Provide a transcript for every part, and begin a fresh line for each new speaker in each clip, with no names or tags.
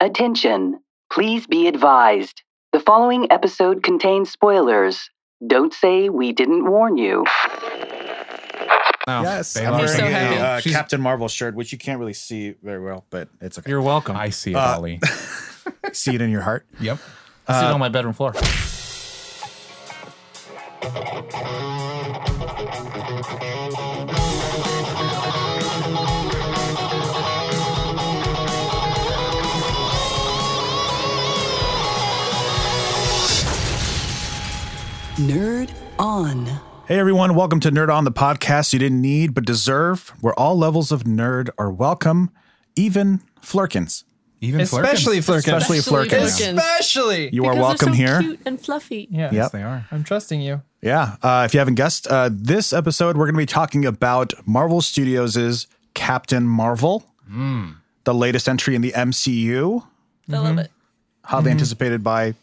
Attention! Please be advised. The following episode contains spoilers. Don't say we didn't warn you.
No,
Yes,
Oh, they
I'm
are
wearing
so
a
hanging
happy.
out.
uh,
She's-
Captain Marvel shirt, which you can't really see very well, but it's okay.
You're welcome.
I see it,
Uh,
Ollie.
see it in your heart.
Yep.
I see it
Uh,
on my bedroom floor.
Nerd on.
Hey everyone, welcome to Nerd on the podcast you didn't need but deserve, where all levels of nerd are welcome, even flirkins.
Even
Especially Flurkin.
Especially
Especially
flirkins.
Flurkins.
Especially.
You are welcome here.
Cute and fluffy.
Yeah.
Flurkin. Yes,
Yep.
they are.
I'm trusting you.
Yeah. Uh, if you haven't guessed, uh, this episode we're going to be talking about Marvel Studios' Captain Marvel, the latest entry in the MCU,
I love it.
hotly anticipated by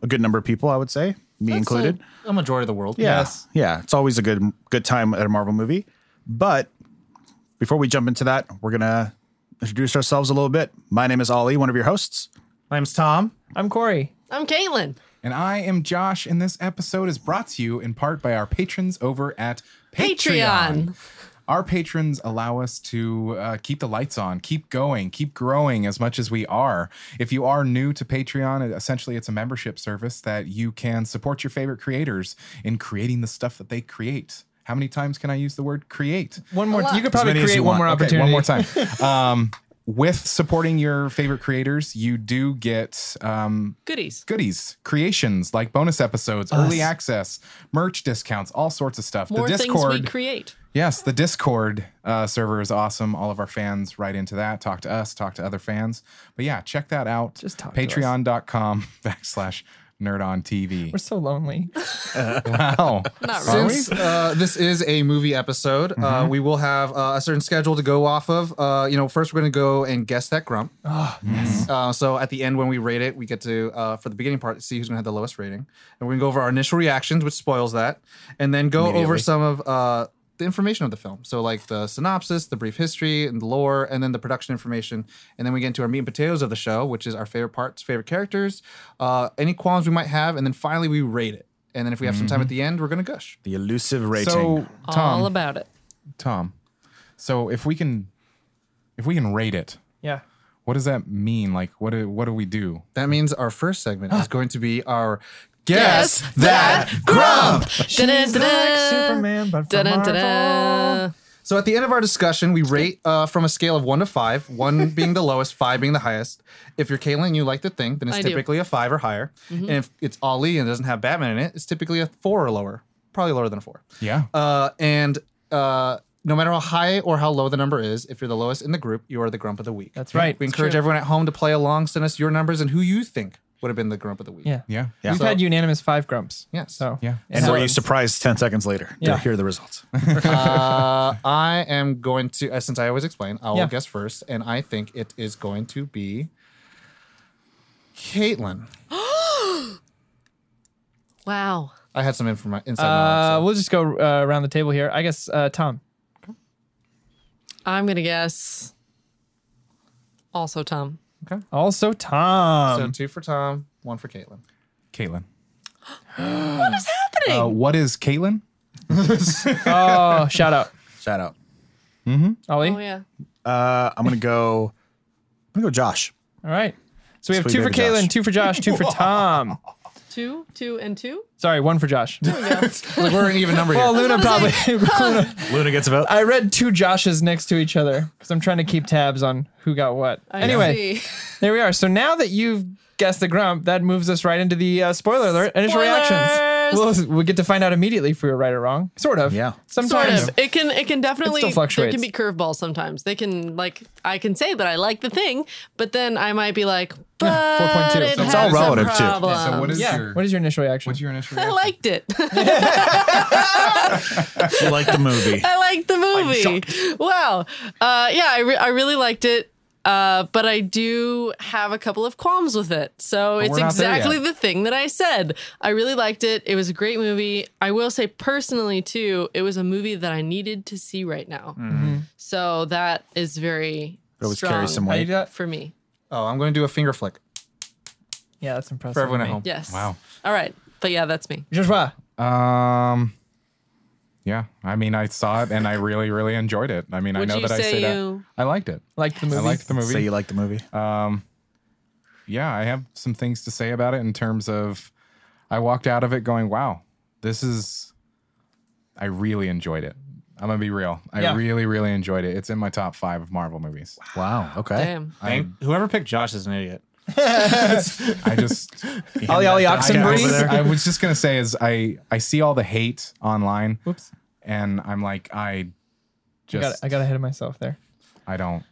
a good number of people, I would say, me included.
A majority of the world.
Yeah.
Yes.
Yeah. It's always a good good time at a Marvel movie. But before we jump into that, we're gonna introduce ourselves a little bit. My name is Ollie, one of your hosts.
My name's Tom. I'm Corey.
I'm Caitlin.
And I am Josh, and this episode is brought to you in part by our patrons over at Patreon.
Patreon.
Our patrons allow us to uh, keep the lights on, keep going, keep growing as much as we are. If you are new to Patreon, it- essentially it's a membership service that you can support your favorite creators in creating the stuff that they create. How many times can I use the word create?
One more. You could probably
many as
create
you want.
one more
Okay, one
opportunity.
more time. um, with supporting your favorite creators, you do get um,
Goodies.
goodies, creations like bonus episodes, early access, merch discounts, all sorts of stuff.
More
the Discord,
things we create.
yes, the Discord uh, server is awesome. All of our fans write into that, talk to us, talk to other fans. But yeah, check that out.
Just talk to us.
Patreon.com backslash nerd on Oh. TV.
We're so lonely.
Wow.
Not really.
Since uh, this is a movie episode, uh, we will have uh, a certain schedule to go off of. Uh, you know, first we're going to go and guess that grump. Uh, so at the end, when we rate it, we get to uh, for the beginning part see who's going to have the lowest rating, and we're going to go over our initial reactions, which spoils that, and then go over some of uh, the information of the film. So like the synopsis, the brief history, and the lore, and then the production information, and then we get into our meat and potatoes of the show, which is our favorite parts, favorite characters, uh, any qualms we might have, and then finally we rate it. And then if we have some time at the end, we're going to gush.
The elusive rating.
So, Tom,
All about it.
Tom. So if we can, if we can rate it,
Yeah.
what does that mean? Like, what do, what do we do?
That means our first segment is going to be our
Guess
guess that grump.
She's
Uh,
like Superman, but for Marvel.
So at the end of our discussion, we rate uh, from a scale of one to five, one being the lowest, five being the highest. If you're Caitlin and you like the thing, then it's
I do.
typically a five or higher.
Mm-hmm.
And if it's Ollie and it doesn't have Batman in it, it's typically a four or lower, probably lower than a four.
Yeah.
Uh, and uh, no matter how high or how low the number is, if you're the lowest in the group, you are the grump of the week.
That's right.
We
It's
encourage everyone at home to play along, send us your numbers and who you think would have been the grump of the week.
Yeah.
yeah.
Yeah.
We've had unanimous five grumps.
Yes.
So uh,
Yeah.
and were
so-
you surprised 10 seconds later
Yeah.
to hear the results?
uh, I am going to, uh, since I always explain, I will
Yeah.
guess first, and I think it is going to be Caitlin.
Wow.
I had some informa- inside
Uh,
knowledge.
we'll just go uh, around the table here. I guess uh, Tom.
I'm going to guess also Tom.
Also
So,
Tom.
so two for Tom, one for Caitlin.
Caitlin.
What is happening?
Uh, what is Caitlin?
oh, shout out.
Shout out.
Ollie.
oh, yeah.
Uh, I'm gonna go I'm gonna go Josh.
All right. So we have
Sweet
two for
baby Josh.
Caitlin, two for Josh, two for Tom.
Two, two, and two?
Sorry, one for Josh.
Like, we're an even number here.
Well, Luna probably.
Luna gets a vote.
I read two Joshes next to each other because I'm trying to keep tabs on who got what.
I
anyway,
see.
there we are. So now that you've guessed the grump, that moves us right into the uh, spoiler alert initial
Spoilers!
reactions. We'll, we'll get to find out immediately if we were right or wrong. Sort of.
Yeah.
Sort
Sometimes.
of. It can it can definitely
still
there
fluctuates.
can be curveballs sometimes. They can like I can say that I like the thing, but then I might be like, but
4.2,
it
so
it's all
has a
relative, too. Yeah, so
problem.
so what is
Yeah.
your
What is your initial reaction?
what's your initial
I
reaction?
liked it.
She liked the movie.
I liked the movie. Wow. Uh, yeah, I, re- I really liked it. Uh, but I do have a couple of qualms with it. So it's
we're not there
exactly
yet.
the thing that I said. I really liked it. It was a great movie. I will say personally, too, it was a movie that I needed to
Mm-hmm.
see right now. So that is very
It always
strong
carries some
How you
weight.
do that?
for me.
Oh, I'm going to do a finger flick
Yeah, that's impressive.
for everyone
to
at
me.
home.
Yes.
Wow.
All right. But yeah, that's me.
Joshua,
Um, yeah, I mean, I saw it and I really, really enjoyed it. I mean,
Would
I know
you
that I
say
say that
you-
I liked it.
liked the
I
movie.
liked the
Say
movie.
you like the movie.
yeah, I have some things to say about it in terms of I walked out of it going, wow, this is, I really enjoyed it. I'm going to be real. I
Yeah.
really, really enjoyed it. It's in my top five of Marvel movies.
wow. Okay.
Damn.
Thank- Whoever picked Josh is an idiot.
I just,
Ollie Ollie Oxenbreeze.
I was just going to say is I, I see all the hate online
Whoops.
and I'm like, I
I got,
just,
I got ahead of myself there.
I don't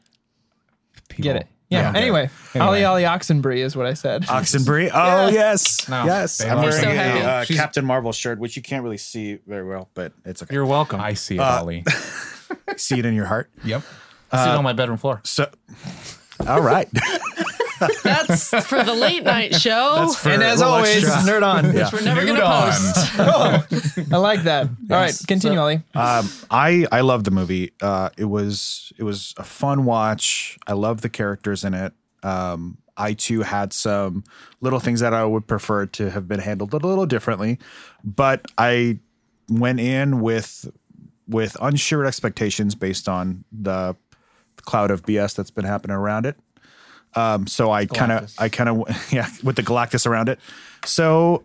people,
Get it. Yeah.
Okay.
Anyway, Ollie Ollie Oxenbree is what I said.
Oxenbury. Oh yes,
No,
yes.
they
I'm
are.
wearing
So
a
happy.
uh,
She's-
Captain Marvel shirt, which you can't really see very well, but it's okay.
You're welcome.
I see it, Ollie.
see it in your heart.
yep.
I sit on my bedroom floor.
So, all right.
That's for the late night show.
and as
Well,
always,
extra.
nerd on.
Yeah.
We're never going to
Nude on.
post.
I like that. All right, continue, Ollie.
um, I I love the movie. Uh, it was it was a fun watch. I love the characters in it. Um, I too had some little things that I would prefer to have been handled a little differently, but I went in with with unsure expectations based on the cloud of BS that's been happening around it. Um, so I kind of, I kind of, yeah, with the Galactus around it. So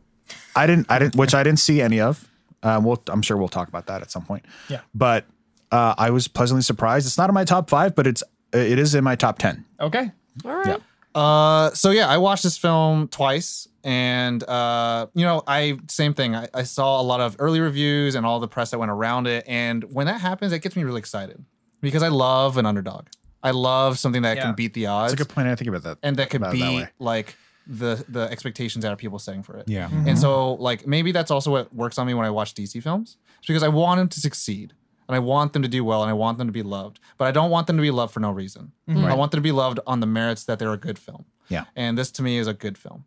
I didn't, I didn't, which I didn't see any of. Um, we'll, I'm sure we'll talk about that at some point.
Yeah.
But uh, I was pleasantly surprised. It's not in my top five, but it's, it is in my top ten.
Okay.
All right.
Yeah.
Uh, so yeah, I watched this film twice, and uh, you know, I same thing. I, I saw a lot of early reviews and all the press that went around it, and when that happens, it gets me really excited because I love an underdog. I love something that
Yeah.
can beat the odds
That's a good point. I didn't think about that.
and that could
about it
beat
that way.
like the the expectations that are people setting for it.
Yeah.
Mm-hmm.
And so like maybe that's also what works on me when I watch DC films. It's because I want them to succeed and I want them to do well and I want them to be loved. But I don't want them to be loved for no reason. I want them to be loved on the merits that they're a good film.
Mm-hmm. Yeah.
And this to me is a good film.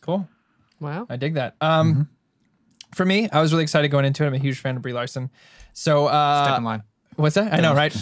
Cool.
Wow.
I dig that. Um, for me, I was really excited going into it. I'm a huge fan of Brie Larson. So uh,
Second line.
What's that? I know, right?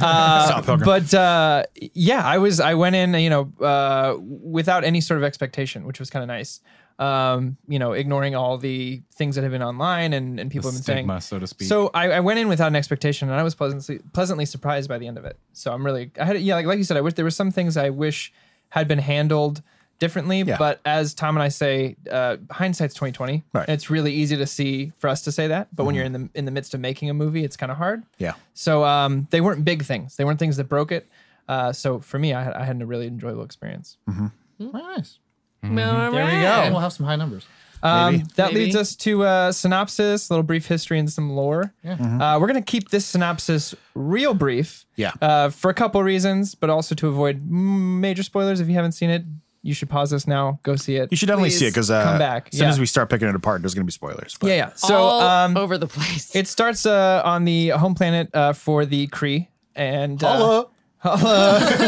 uh, but uh, yeah, I was. I went in, you know, uh, without any sort of expectation, which was kind of nice. Um, you know, ignoring all the things that have been online and, and people
The
have been
stigma,
saying.
so to speak.
So I, I went in without an expectation, and I was pleasantly pleasantly surprised by the end of it. So I'm really, I had, yeah, like, like you said, I wish there were some things I wish had been handled differently. But as Tom and I say, uh, hindsight's 2020.
Right.
It's really easy to see for us to say that, but when you're in the in the midst of making a movie, it's kind of hard.
Yeah.
So um, they weren't big things. They weren't things that broke it. Uh, so for me, I, had- I had a really enjoyable experience.
Hmm?
Very nice.
Mm-hmm.
There
All
we
right.
Oh.
go.
And we'll have some high numbers.
Um, that
Maybe.
leads us to uh, synopsis, a little brief history and some lore. Uh, we're gonna keep this synopsis real brief.
Mm-hmm. Yeah.
Uh, for a couple reasons, but also to avoid mm, major spoilers. If you haven't seen it, you should pause this now. Go see it.
You should definitely see it because uh,
come back.
as soon
Yeah.
as we start picking it apart, there's going to be spoilers. But
Yeah, yeah. So
All
um,
over the place.
it starts uh, on the home planet uh, for the Kree and. Uh,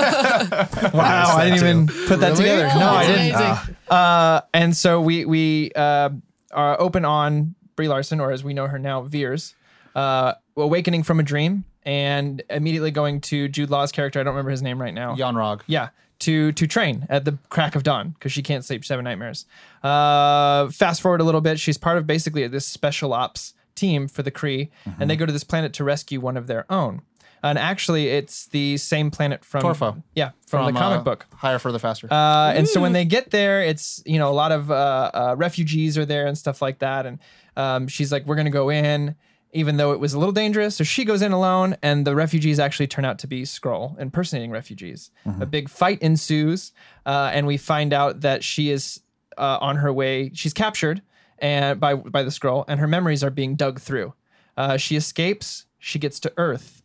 Wow, I didn't even put that together. No, I
That's
didn't.
amazing.
Uh, and so we we uh, are open on Brie Larson, or as we know her now, Veers, uh, awakening from a dream, and immediately going to Jude Law's character. I don't remember his name right now.
Jan Rog.
Yeah, to to train at the crack of dawn because she can't sleep. She's having nightmares. Uh, fast forward a little bit. She's part of basically this special ops team for the Kree, and they go to this planet to rescue one of their own. And actually, it's the same planet from
Torfo.
Yeah, from, the
uh,
comic book.
Higher Further Faster.
Uh, and so when they get there, it's you know a lot of uh, uh, refugees are there and stuff like that. And um, she's like, "We're gonna go in." Even though it was a little dangerous, so she goes in alone, and the refugees actually turn out to be Skrull impersonating refugees. A big fight ensues, uh, and we find out that she is uh, on her way. She's captured and by by the Skrull, and her memories are being dug through. Uh, she escapes. She gets to Earth.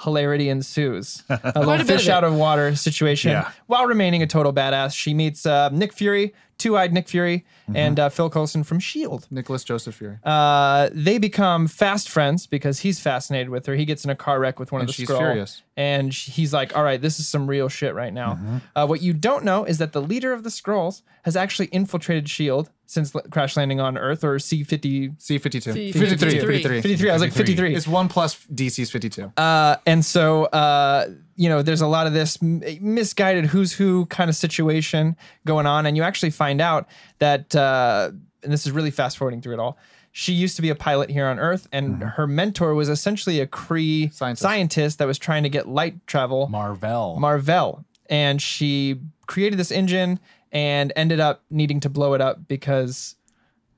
Hilarity ensues. A
Quite
little
a bit
fish
of it.
out of water situation
Yeah.
while remaining a total badass. She meets uh, Nick Fury, Two Eyed Nick Fury,
Mm-hmm.
and uh, Phil Coulson from S.H.I.E.L.D.
Nicholas Joseph Fury.
Uh, they become fast friends because he's fascinated with her. He gets in a car wreck with one
And
of the
she's
Skrull,
furious. Mm-hmm.
and sh- he's like, "All right, this is some real shit right now." Uh, what you don't know is that the leader of the Skrulls has actually infiltrated Shield since E l- crash landing on Earth or C fifty
C fifty two.
C-
53.
53.
fifty three. I was like fifty three.
It's one plus DC's fifty two.
Uh, and so uh, you know, there's a lot of this m- misguided who's who kind of situation going on, and you actually find out that, uh, and this is really fast forwarding through it all. She used to be a pilot here on Earth, and her mentor was essentially a Cree
Scientist.
scientist that was trying to get light travel.
Marvel.
Marvell. And she created this engine and ended up needing to blow it up because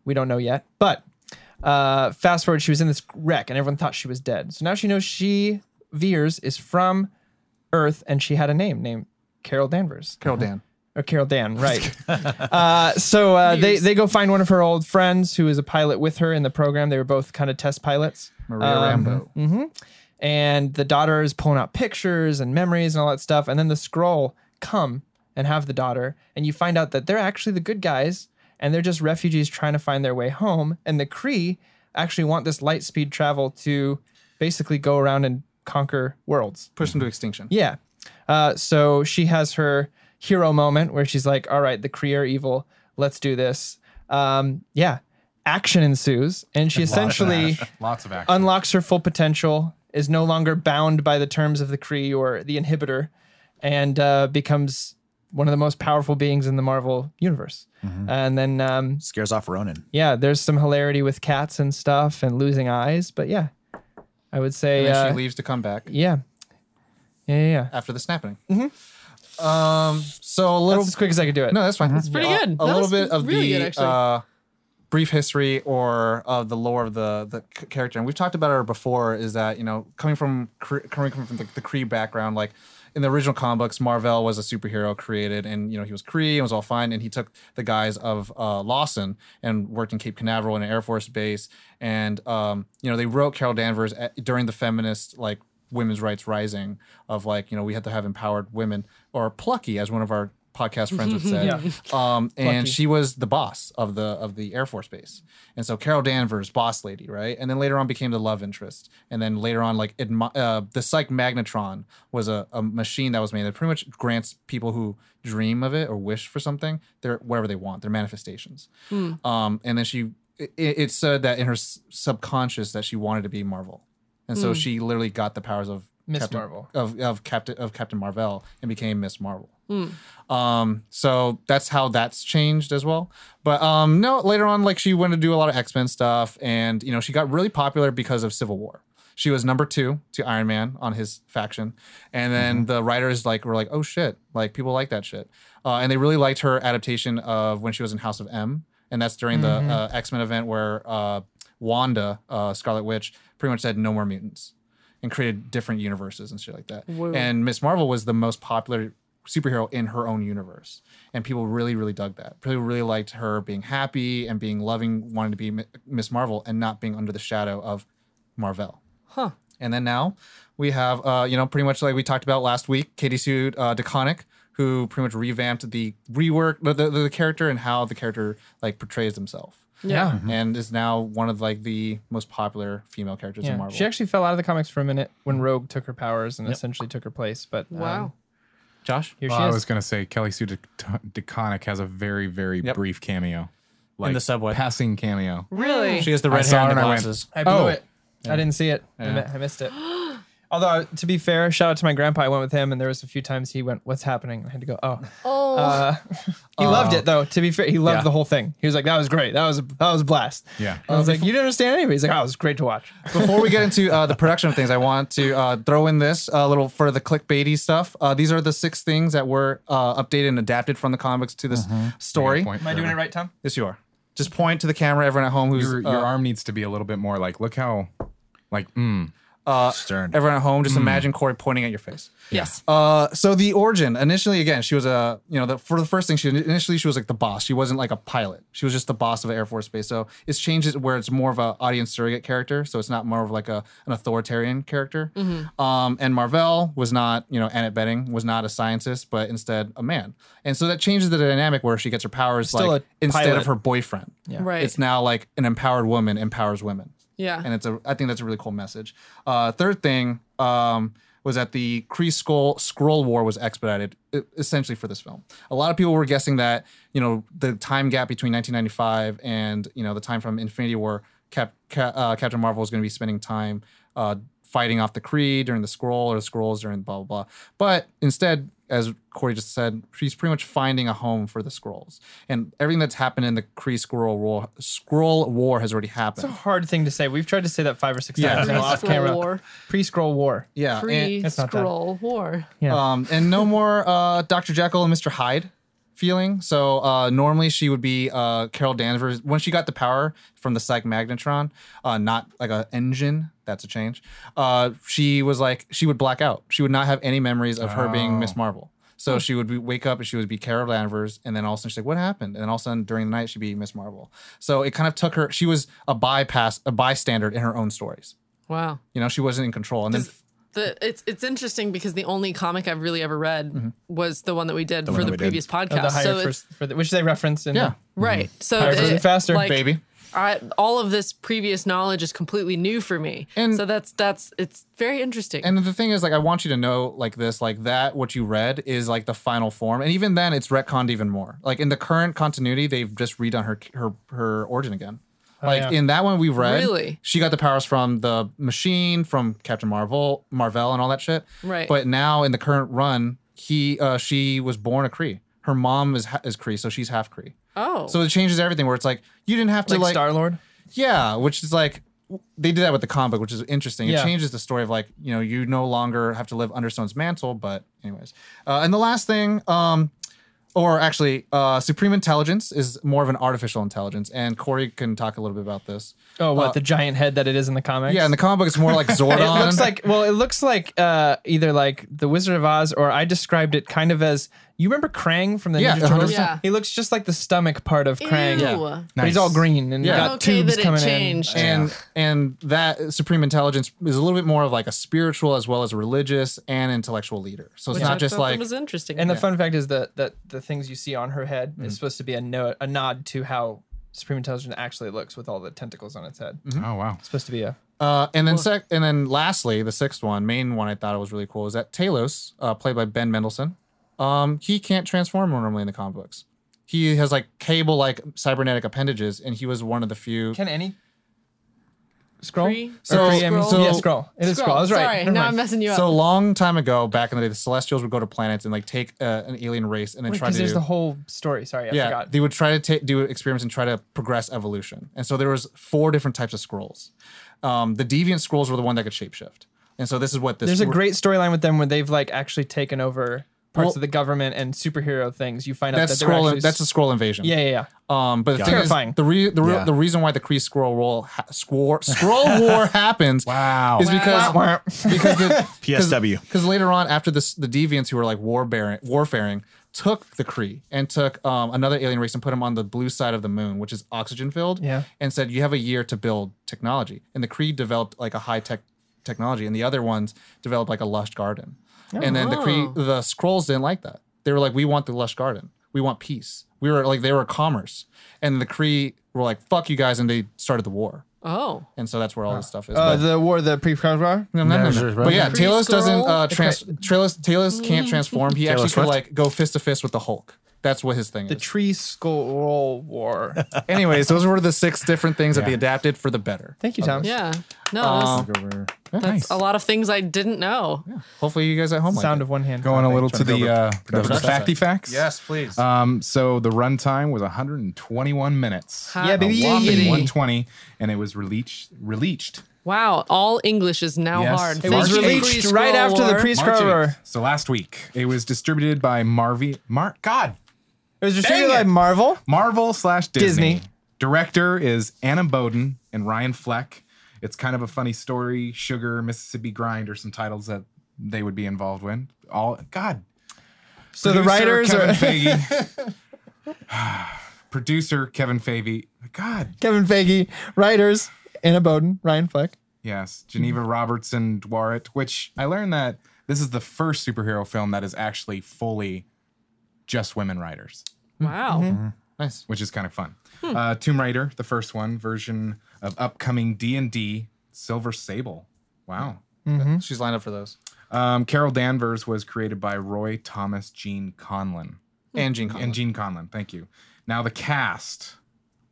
we don't know yet. But uh, fast forward, she was in this wreck and everyone thought she was dead. So now she knows she, Veers, is from Earth and she had a name named Carol Danvers.
Carol Dan.
Or Carol Dan, right. uh, so uh, they, they go find one of her old friends who is a pilot with her in the program. They were both kind of test pilots
Maria Rambo.
and the daughter is pulling out pictures and memories and all that stuff. And then the scroll come and have the daughter, and you find out that they're actually the good guys and they're just refugees trying to find their way home. And the Cree actually want this light speed travel to basically go around and conquer worlds.
Push them to extinction.
Yeah. Uh, so she has her hero moment where she's like, all right, the Kree are evil. Let's do this. Um, yeah. Action ensues, and she essentially
Lots of action.
unlocks her full potential, is no longer bound by the terms of the Kree or the inhibitor, and uh, becomes one of the most powerful beings in the Marvel universe.
Mm-hmm.
And then, um,
Scares off Ronan.
yeah, there's some hilarity with cats and stuff and losing eyes, but yeah, I would say,
And then
uh,
she leaves Uh, to come back
yeah, yeah, yeah. yeah.
after the snapping. Um, so a little.
Mm-hmm. That's as quick as I could do it.
no, that's fine. That's
pretty good.
A,
That
little
was
bit of
really
the
good, actually.
uh, brief history or of the lore of the the c- character, and we've talked about her before. Is that you know coming from Kr- coming from the, the Cree background, like in the original comic books, Marvel was a superhero created, and you know he was Cree and was all fine, and he took the guise of uh, Lawson and worked in Cape Canaveral in an Air Force base, and um, you know they wrote Carol Danvers at, during the feminist like women's rights rising of like you know we had to have empowered women or plucky as one of our podcast friends would say um, and she was the boss of the of the air force base and so carol danvers boss lady right and then later on became the love interest and then later on like admi- uh, the psych magnetron was a, a machine that was made that pretty much grants people who dream of it or wish for something their whatever they want their manifestations um, and then she it, it said that in her s- subconscious that she wanted to be marvel and so she literally got the powers of
Miss
Captain,
Marvel.
of, of Captain of Captain Marvel and became Miss Marvel. Um, so that's how that's changed as well. But um, no, later on, like she went to do a lot of X Men stuff, and you know she got really popular because of Civil War. She was number two to Iron Man on his faction, and then the writers like were like, "Oh shit!" Like people like that shit, uh, and they really liked her adaptation of when she was in House of M, and that's during the uh, X Men event where uh, Wanda, uh, Scarlet Witch, pretty much said, "No more mutants." and created different universes and shit like that. And Miss Marvel was the most popular superhero in her own universe, and people really, really dug that. People really liked her being happy and being loving, wanting to be Mi- Miss Marvel and not being under the shadow of Marvel. Huh. And then now we have, uh, you know, pretty much like we talked about last week, Katie Sue uh, DeConnick, who pretty much revamped the rework the, the, the character and how the character like portrays himself.
Yeah.
And is now one of like the most popular female characters in Marvel.
She actually fell out of the comics for a minute when Rogue took her powers and essentially took her place. But um,
Wow.
Josh,
here
Well,
she
I
is.
was going to say Kelly Sue De- DeConnick has a very, very
Yep.
brief cameo. Like
the subway.
Passing cameo.
Really?
She has the
I
red
saw
hair and
it
the
and I went,
glasses.
I blew
Oh.
it. I didn't see it. I, mi- I missed it. Although uh, to be fair, shout out to my grandpa. I went with him, and there was a few times he went, "What's happening?" I had to go, "Oh."
Oh.
Uh, he loved it though. To be fair, he loved
Yeah.
the whole thing. He was like, "That was great. That was a, that was a blast."
Yeah.
I was like, "You didn't understand anything." He's like, "Oh, it was great to watch."
Before we get into uh, the production of things, I want to uh, throw in this a little for the clickbaity stuff. Uh, these are the six things that were uh, updated and adapted from the comics to this story.
Mm-hmm. Point
Am I doing
Trevor.
it right, Tom?
Yes, you are. Just point to the camera, everyone at home who's
Your, your
uh,
arm needs to be a little bit more like, look how, like, mm.
Uh,
Stern.
everyone at home. Just imagine Corey pointing at your face.
yes.
Uh, so the origin initially, again, she was a you know the, for the first thing she initially she was like the boss. She wasn't like a pilot. She was just the boss of an Air Force base. So it's changed it where it's more of a audience surrogate character. So it's not more of like a an authoritarian character. Um, and Marvell was not you know Annette Bening was not a scientist, but instead a man. And so that changes the dynamic where she gets her powers
Still
like
a
instead
pilot.
of her boyfriend. Yeah.
Right.
It's now like an empowered woman empowers women
yeah.
and it's a I think that's a really cool message. Uh, third thing um, was that the Kree Skull Scroll War was expedited e- essentially for this film. A lot of people were guessing that you know the time gap between 1995 and you know the time from Infinity War, Cap, Ca- uh, Captain Marvel was going to be spending time. Uh, fighting off the Kree during the scroll or the scrolls during blah blah blah. But instead, as Corey just said, she's pretty much finding a home for the scrolls, and everything that's happened in the Kree Scroll War, Scroll War has already
It's a
happened.
hard thing to say. We've tried to say that five or six
Yeah.
times now off camera.
War.
Pre-scroll war.
Yeah, and,
Free
That's not that.
scroll war.
um, and no more uh, Dr. Jekyll and Mr. Hyde feeling. So uh, normally she would be uh, Carol Danvers. When she got the power from the Psych Magnetron, uh, not like a engine, that's a change. Uh, she was like, she would black out. She would not have any memories of her being Miss Marvel. So she would be, wake up and she would be Carol Danvers, and then all of a sudden she's like, "What happened?" And then all of a sudden during the night she'd be Miss Marvel. So it kind of took her. She was a bypass, a bystander in her own stories.
Wow.
You know, she wasn't in control. And then
The, it's it's interesting because the only comic I've really ever read
Mm-hmm.
was the one that we did for
one
the
we did.
previous
Uh,
podcast.
the higher
so it's,
first, for the, which they referenced in
Yeah.
right. So
Higher first and faster,
like,
baby,
I, all of this previous knowledge is completely new for me.
And-
so that's that's it's very interesting.
And the thing is, like, I want you to know, like this, like that, what you read is like the final form, and even then, it's retconned even more. Like in the current continuity, they've just redone her her her origin again. Like
Oh, yeah.
in that one we read,
Really?
she got the powers from the machine, from Captain Marvel, Marvel, and all that shit.
Right.
But now in the current run, he uh, she was born a Kree. Her mom is ha- is Kree, so she's half Kree.
oh,
So it changes everything. Where it's like you didn't have to
like,
like
Star Lord.
yeah, which is like they did that with the comic, book, which is interesting. It
Yeah.
changes the story of like you know you no longer have to live under Stone's mantle. But anyways, uh, and the last thing, um, or actually, uh, supreme intelligence is more of an artificial intelligence, and Corey can talk a little bit about this.
Oh, what
Uh,
the giant head that it is in the comics?
Yeah, in the comic book, it's more like Zordon.
it looks like well, it looks like uh, either like the Wizard of Oz, or I described it kind of as you remember Krang from the
Yeah,
Ninja Turtles.
100%. Yeah.
He looks just like the stomach part of Krang,
Ew.
Yeah.
but he's
Nice.
all green and
Yeah.
got
I'm okay
tubes
that it
coming
changed.
and and that supreme intelligence is a little bit more of like a spiritual as well as religious and intellectual leader. So it's
which
not
I
just
thought that
like
was interesting.
in. And the fun fact is that that the things you see on her head
Mm-hmm.
is supposed to be a no, a nod to how Supreme Intelligence actually looks with all the tentacles on its head.
Mm-hmm.
Oh wow.
It's supposed to be a
Uh, and then sec- and then lastly, the sixth one, main one I thought was really cool is that Talos, uh, played by Ben Mendelsohn, um, he can't transform normally in the comic books. He has like cable like cybernetic appendages, and he was one of the few.
can any scroll.
Kree?
So-
So, scroll.
so-
yeah, scroll. It is scroll. I was right.
Sorry,
Never
now
mind.
I'm messing you up.
so long time ago, back in the day, the Celestials would go to planets and like take uh, an alien race and then try
because
to.
there's the whole story. Sorry, I
yeah,
forgot.
they would try to ta- do experiments and try to progress evolution. And so there was four different types of scrolls. Um, the deviant scrolls were the one that could shapeshift, and so this is what this.
There's a great storyline with them where they've like actually taken over parts
Well-
of the government and superhero things. You find out
that's
that they're
scroll.
actually
that's a scroll invasion.
yeah, yeah, yeah.
Um, but the thing
Terrifying.
is, the re- the, re-
Yeah.
the reason why the Kree Scroll War ha- squor- Scroll War happens
Wow.
is because because the,
PSW.
because later on after this the deviants who were like war bearing, warfaring took the Kree and took um, another alien race and put them on the blue side of the moon, which is oxygen filled,
Yeah.
and said you have a year to build technology, and the Kree developed like a high tech technology, and the other ones developed like a lush garden, and then the Kree the Scrolls didn't like that. They were like, we want the lush garden, we want peace. We were like they were commerce, and the Kree were like, fuck you guys, and they started the war.
oh,
And so that's where all this stuff is.
Uh,
But-
the war, the pre-card war.
no, no, no, no.
sure,
But
right.
yeah,
Free
Talos doesn't
scroll?
uh, trans. Talos, Talos can't transform. He actually can
Swift?
like go fist to fist with the Hulk. That's what his thing
The
is.
tree scroll war.
Anyways, those were the six different things that they adapted for the better.
Thank you, Tom.
yeah. No, that's,
Nice.
a lot of things I didn't know.
Hopefully, you guys at home like
Sound
it.
of one hand.
Going a little to
Turn it
the uh, the, the
production
facty
side.
facts.
please.
Um, so the runtime was 121 minutes.
Hot Yeah,
baby.
A whopping
diggity.
120, and it was released. Released.
Wow, all English is now
Yes.
hard.
It
Thank
was
you,
released
Kree
right
Scroll
after the
War.
pre-
March
Scroll
eighth.
or-
So last week, it was distributed by Marvi. Mark. God.
It was distributed
Dang it.
by Marvel.
Marvel slash Disney.
Disney.
Director is Anna Bowden and Ryan Fleck. It's kind of a funny story. Sugar, Mississippi Grind, or some titles that they would be involved with. All God.
So the writers
Kevin
are
Feige. producer Kevin Feige. God.
Kevin Feige, writers Anna Bowden, Ryan Fleck.
Yes, Geneva Robertson Dwarit, which I learned that this is the first superhero film that is actually fully just women writers,
Wow.
nice.
which is kind of fun. Uh, Tomb Raider, the first one version of upcoming D and D Silver Sable. Wow.
She's lined up for those.
Um, Carol Danvers was created by Roy Thomas Gene Conlon
And Gene. Conlon.
and Gene Conlon. Thank you. Now the cast.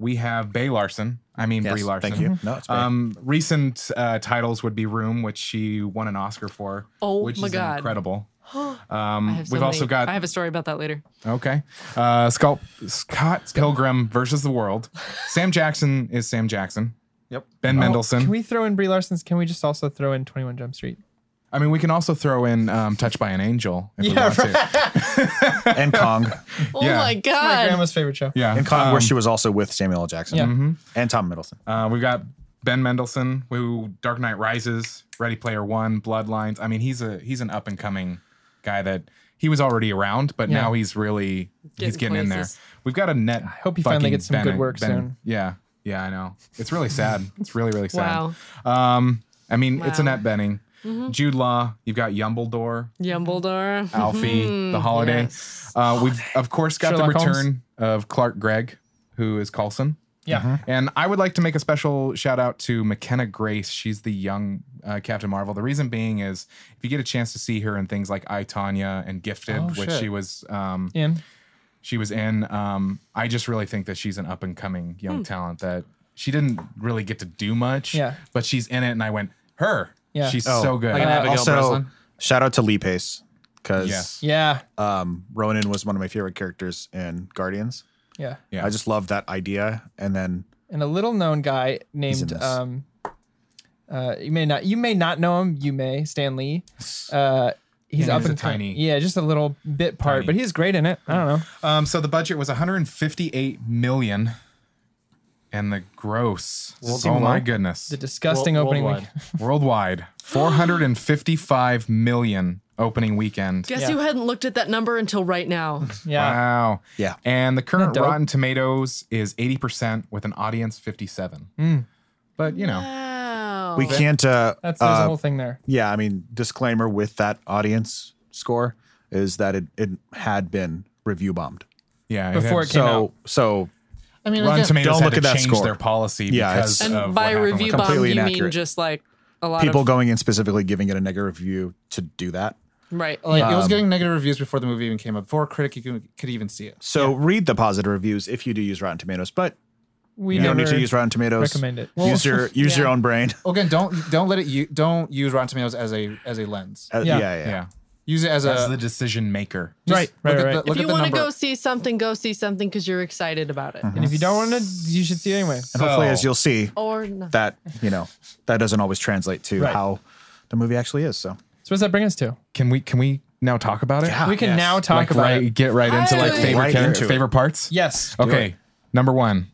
we have Bay Larson. I mean, Brie Larson.
Thank you. No, it's great.
Um, recent uh, titles would be Room, which she won an Oscar for.
Oh
which
my
is
God.
incredible.
I
Um,
have so
we've also
many-
got
I have a story about that later.
Okay. Uh, Scott, Scott Pilgrim versus the World. Sam Jackson is Sam Jackson.
Yep.
Ben
Can
Mendelsohn.
we throw in Brie Larson's? Can we just also throw in 21 Jump Street?
I mean, we can also throw in um, Touched by an Angel if we
Yeah,
want to.
and Kong.
Oh
Yeah.
my
My
god.
grandma's favorite show.
Yeah.
And Kong,
Um,
where she was also with Samuel L. Jackson
Yeah.
and Tom Middleton.
uh, we've got Ben Mendelsohn, who Dark Knight Rises, Ready Player One, Bloodlines. I mean, he's a he's an up and coming guy that he was already around, but
Yeah.
now he's really he's
Getting
getting in there.
places.
We've got a net. I
hope he finally gets some good work soon.
Yeah. Yeah, I know. It's really sad. It's really, really sad.
Wow.
Um, I mean, it's
Wow. Mm-hmm.
Annette Benning, Jude Law. You've got Yumbledore,
Yumbledore.
Alfie, The Holiday.
Mm-hmm. Yes.
Uh, we've of course got
Sherlock
the
Holmes.
return of Clark Gregg, who is Coulson.
Yeah.
And I would like to make a special shout out to McKenna Grace. She's the young uh, Captain Marvel. The reason being is if you get a chance to see her in things like I Tanya and Gifted,
Oh,
which
shit.
she was um,
Ian.
she was in, um, I just really think that she's an up and coming young talent that she didn't really get to do much.
Yeah.
But she's in it, and I went her.
Yeah.
She's
Oh,
so good.
Like an Abigail
also,
Breslin.
shout out to Lee Pace because
Yes.
Yeah.
um, Ronan was one of my favorite characters in Guardians.
Yeah.
Yeah.
I just love that idea. And then
And a little known guy
in
named
this.
um uh you may not you may not know him, you may, Stan Lee. Uh he's
Yeah,
up
he's a
and com-
tiny-
Yeah, just a little bit part,
Tiny.
but he's great in it. I don't know.
Um, so the budget was 158 million, and the gross. oh my goodness!
The disgusting
World-
opening
worldwide.
week.
worldwide 455 million opening weekend.
Guess
Yeah.
who hadn't looked at that number until right now?
Yeah.
Wow.
Yeah.
And the current
Isn't that dope?
Rotten Tomatoes is 80% with an audience 57.
Hmm.
But you know,
Wow.
we can't. Uh,
That's there's
uh,
a whole thing there.
yeah, I mean, disclaimer with that audience score is that it, it had been review bombed.
yeah.
Before
had-
it came out.
So, so
I mean, I
Rotten
guess,
Tomatoes
Don't
had
look
to
at that
change
score.
their policy
Yeah,
because
it's-
of
and
what
by
happened with
review
the-
bomb,
Completely
you mean
inaccurate.
just like a lot
people
of
going in specifically giving it a negative review to do that.
right.
Like, it was getting negative reviews before the movie even came out. Before a critic even, could even see it.
So read the positive reviews if you do use Rotten Tomatoes, but
We
you don't need
never
to use Rotten Tomatoes.
recommend it.
use your use your own brain.
Again, don't don't let it. You don't use Rotten Tomatoes as a as a lens.
Uh,
Yeah.
yeah, yeah,
Yeah.
Use it as a
As the decision maker.
just
Right, right,
look at
right.
the-
If
if
look at
you
the
want to
number.
go see something, go see something because you're excited about it,
and if you don't want to, you should see it anyway.
And hopefully,
So-
as you'll see,
or not.
that you know that doesn't always translate to
Right.
how the movie actually is. So
So what does that bring us to?
Can we can we now talk about it?
We can now talk
Ah, Like
about
right,
it.
get right into like
Hi.
favorite
Right
character-
into it.
favorite parts.
Yes.
Okay. Number one,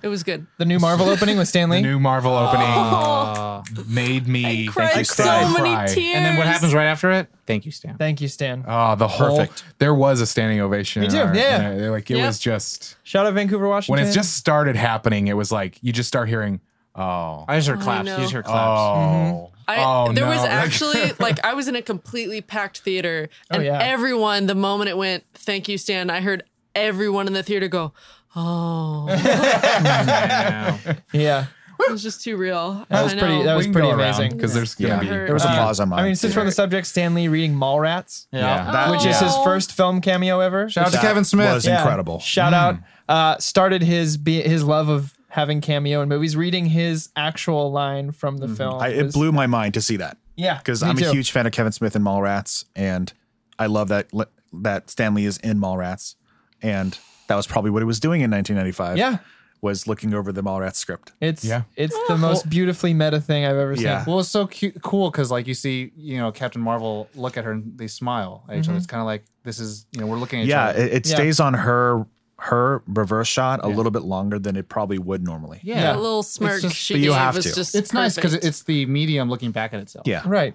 it was good.
The new Marvel opening with Stan Lee.
the new Marvel opening
Oh.
made me
Cried so
Stan.
many
Cry.
tears.
And then what happens right after it? Thank you, Stan.
Thank you, Stan.
Oh, the whole
Perfect.
there was a standing ovation.
Me
in
too,
our-
yeah.
in our- like it
Yeah.
was just
Shout out Vancouver,
when
Washington.
it's just started happening, it was like you just start hearing, oh,
I just heard
I
claps. You
know.
just heard claps.
oh,
I,
oh,
there
no.
was
Like-
actually like I was in a completely packed theater, and
yeah.
everyone the moment it went, "Thank you, Stan," I heard everyone in the theater go, "Oh,
Mm-hmm. yeah.
it was just too real."
That was
I know.
pretty. That was
We can
pretty
go around,
amazing.
'cause there's
yeah,
gonna be
there was a
Uh,
pause on mine.
I mean, since we're on the subject, Stan Lee reading Mallrats,
yeah.
That-
which is
yeah.
his first film cameo ever.
Shout out to Kevin Smith.
was
Yeah.
incredible. Mm.
Shout out. Uh, started his be- his love of having cameo in movies. Reading his actual line from the film.
I, it
was-
blew my mind to see that
Yeah,
because
me
I'm
too.
a huge fan of Kevin Smith and Mallrats, and I love that li- that Stanley is in Mallrats, and that was probably what he was doing in 1995.
Yeah.
was looking over the Mallrats script.
It's
Yeah.
it's the most beautifully meta thing I've ever seen.
Yeah.
Well, it's so cute, cool because like you see, you know, Captain Marvel look at her and they smile at each other. It's kind of like this is, you know, we're looking at
Mm-hmm. Yeah,
each other.
it, it
Yeah.
stays on her her reverse shot a little bit longer than it probably would normally.
yeah,
That little smirk
just-
she
but you
gave
have
was
to.
just
It's nice because
perfect.
it's the medium looking back at itself.
Yeah.
Right.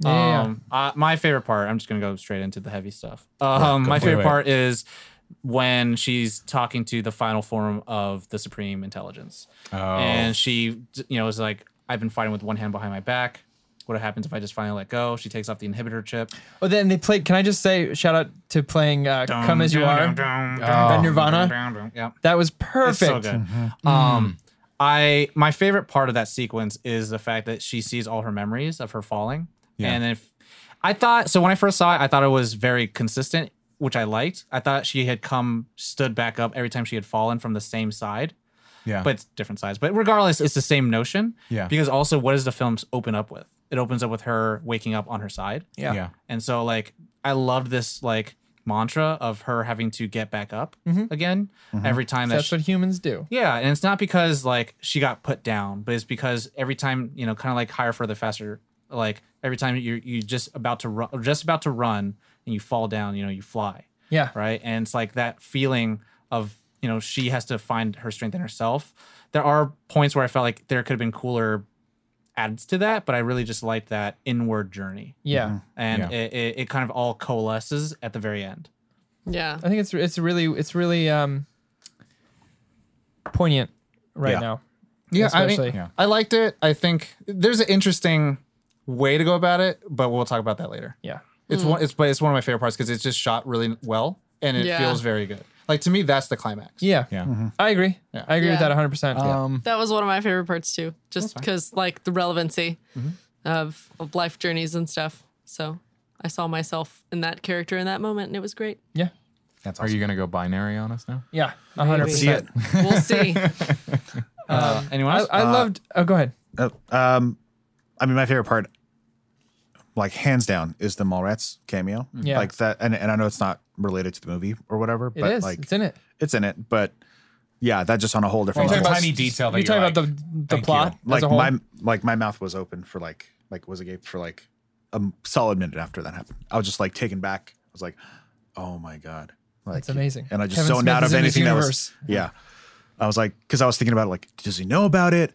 Yeah, Yeah. yeah.
Um, uh, my favorite part. I'm just gonna go straight into the heavy stuff. Um, my
Wait,
favorite
wait.
part is when she's talking to the final form of the Supreme Intelligence,
Oh.
and she, d- you know, is like, "I've been fighting with one hand behind my back. What happens if I just finally let go?" She takes off the inhibitor chip.
Oh, then they played. Can I just say shout out to playing uh,
Um,
"Come as You Are" by Nirvana.
Yeah.
That was perfect.
It's so good. Um, I my favorite part of that sequence is the fact that she sees all her memories of her falling,
Yeah.
and if I thought so when I first saw it, I thought it was very consistent, which I liked. I thought she had come stood back up every time she had fallen from the same side.
Yeah.
but it's different size. But regardless, it's the same notion.
Yeah.
Because also, what does the film open up with? It opens up with her waking up on her side.
Yeah.
yeah.
And so like I loved this like mantra of her having to get back up
Mhm.
again every time that
That's
she,
what humans do.
yeah, and it's not because like she got put down, but it's because every time you know, kind of like higher, further, faster. Like every time you you just about to run, just about to run, and you fall down, you know, you fly,
Yeah.
right? And it's like that feeling of you know she has to find her strength in herself. There are points where I felt like there could have been cooler adds to that, but I really just liked that inward journey,
Yeah.
and
Yeah.
it, it it kind of all coalesces at the very end.
Yeah.
I think it's it's really it's really um poignant right
Yeah.
now.
Yeah, I
Especially.
mean,
Yeah.
I liked it. I think there's an interesting way to go about it, but we'll talk about that later.
Yeah.
It's one. It's but it's one of my favorite parts because it's just shot really well and it
Yeah.
feels very good. Like to me, that's the climax.
Yeah.
Yeah.
I agree.
Yeah.
I agree with
Yeah.
that 100%.
Um,
That was one of my favorite parts too, just because like the relevancy of, of life journeys and stuff. So I saw myself in that character in that moment, and it was great.
yeah.
That's
Are you gonna go binary on us now?
Yeah. 100%.
See
it.
We'll see.
Uh, anyone
I,
else?
I loved Oh, go ahead.
Uh, um, I mean, my favorite part, like hands down, is the Mallrats cameo.
Yeah.
like that, and, and I know it's not related to the movie or whatever,
It is.
but like
it's in it.
it's in it. But yeah, that just on a whole different
Well,
level.
tiny detail that
You're
you
talking about
like.
the the
Thank you.
plot as
Like
a whole.
my like my mouth was open for like like was agape for like a m- solid minute after that happened. I was just like taken back. I was like, oh my god, like
That's amazing.
And I just
Kevin
zoned
Smith
out
is
of
in this
anything that was
universe.
yeah. I was like, because I was thinking about it, like, does he know about it?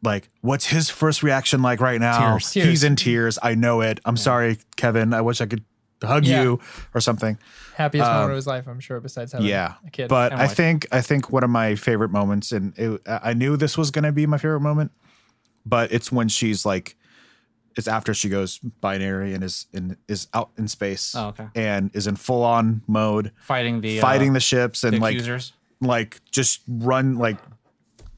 Like, what's his first reaction like right now?
Tears.
He's in tears. I know it. I'm sorry, Kevin. I wish I could hug
Yeah.
you or something.
Happiest
um,
moment of his life, I'm sure, besides having
Yeah,
a kid.
but
And
I
wife.
think I think one of my favorite moments, and it, I knew this was going to be my favorite moment, but it's when she's like, it's after she goes binary and is in is out in space,
Oh, okay.
and is in full on mode,
fighting the
fighting
uh,
the ships and
the
like
accusers.
like just run like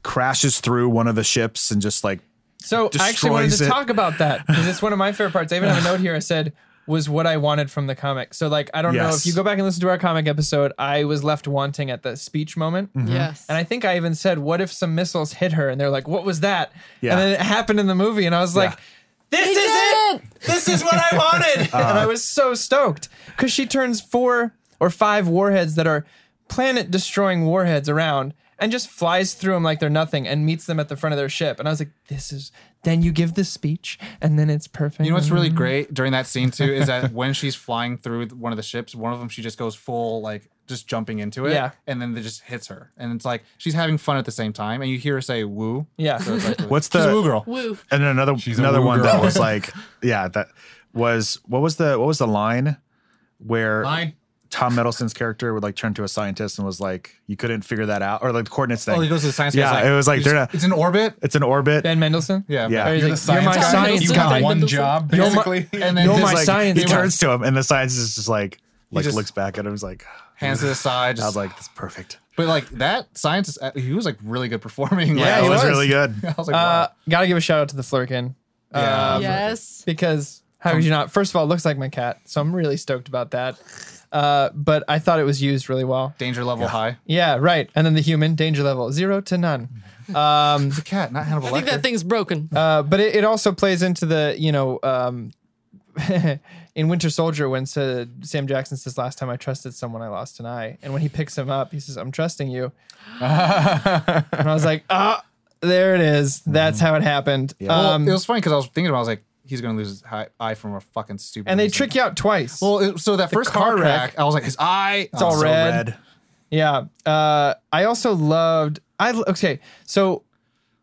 crashes through one of the ships and just like
So I actually wanted
destroys
to
it.
talk about that because it's one of my favorite parts. I even have a note here. I said was what I wanted from the comic. So like I don't know
Yes.
if you go back and listen to our comic episode, I was left wanting at the speech moment.
Mm-hmm.
yes.
And I think I even said, "What if some missiles hit her?" And they're like, "What was that?"
Yeah.
And then it happened in the movie, and I was like, "This is
did
it! This is what I wanted!" and I was so stoked because she turns four or five warheads that are planet-destroying warheads around, and just flies through them like they're nothing, and meets them at the front of their ship. And I was like, "This is." Then you give the speech, and then it's perfect. Mm-hmm.
You know what's really great during that scene too is that when she's flying through one of the ships, one of them she just goes full like just jumping into it,
Yeah.
and then it just hits her, and it's like she's having fun at the same time, and you hear her say "woo."
Yeah.
So it's like-
what's
She's
the
a woo girl?
Woo.
and another
She's a
another
woo
one
girl.
that was like yeah that was what was the what was the line where
Line.
Tom Middleton's character would like turn to a scientist and was like you couldn't figure that out or like the coordinates thing.
Oh, he goes to the science.
yeah,
guy's
it was like
It's,
they're not.
it's in orbit.
It's an orbit.
Ben Mendelsohn.
Yeah.
Yeah.
Or he's
You're the
like,
science
my
guy.
science
you
guy.
got one job
You're my-
basically.
And then
You're
just,
my
like,
science
He
guy.
turns to him and the scientist is just like like
just-
looks back at him. He's like
hands to the side.
I
Just,
was like that's perfect.
but like that scientist, uh, he was like really good performing.
Yeah,
like,
it
I
was, really good.
I was like,
Uh,
wow.
gotta give a shout out to the Flurkin. Uh,
Yeah.
yes.
because how could you not? First of all, it looks like my cat, so I'm really stoked about that. Uh, but I thought it was used really well.
danger level high.
Yeah, right. And then the human danger level zero to none. Um,
The cat, not Hannibal
I think that
Lecter.
thing's broken.
uh, but it, it also plays into the you know um, in Winter Soldier when Sa- Sam Jackson says, "Last time I trusted someone, I lost an eye." And when he picks him up, he says, "I'm trusting you." and I was like, ah. There it is. That's how it happened.
Mm. Well,
Um,
it was funny because I was thinking about. it, I was like, he's gonna lose his hi- eye from a fucking stupid.
and they
reason.
trick you out twice.
Well, it, so that first car,
car
wreck,
wreck.
I was like, his eye. oh, It's
all red.
Red.
Yeah. Uh, I also loved. I okay. So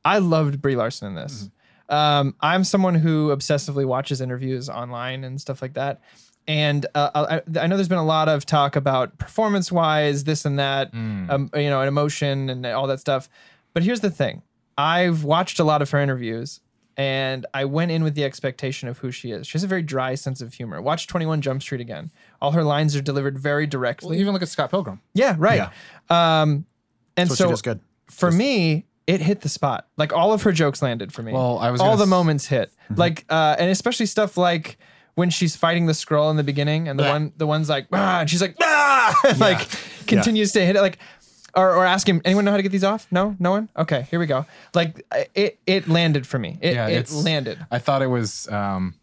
I loved Brie Larson in this. Um, I'm someone who obsessively watches interviews online and stuff like that. And uh, I, I know there's been a lot of talk about performance wise, this and that, um, you know, and emotion and all that stuff. But here's the thing I've watched a lot of her interviews and I went in with the expectation of who she is. She has a very dry sense of humor. Watch 21 Jump Street again. All her lines are delivered very directly.
Even look at Scott Pilgrim.
Yeah, right. Um, and
That's what she
so
does good.
for me, it hit the spot. Like all of her jokes landed for me.
Well, I was gonna
all the
s- Mm-hmm.
moments hit. Like uh, and especially stuff like when she's fighting the scroll in the beginning, and the one the one's like, ah, and she's like, ah, and, like continues to hit it. Like or, or ask him. Anyone know how to get these off? No, no one. Okay, here we go. Like I- it, it landed for me. It, it
it's-
landed.
I thought it was um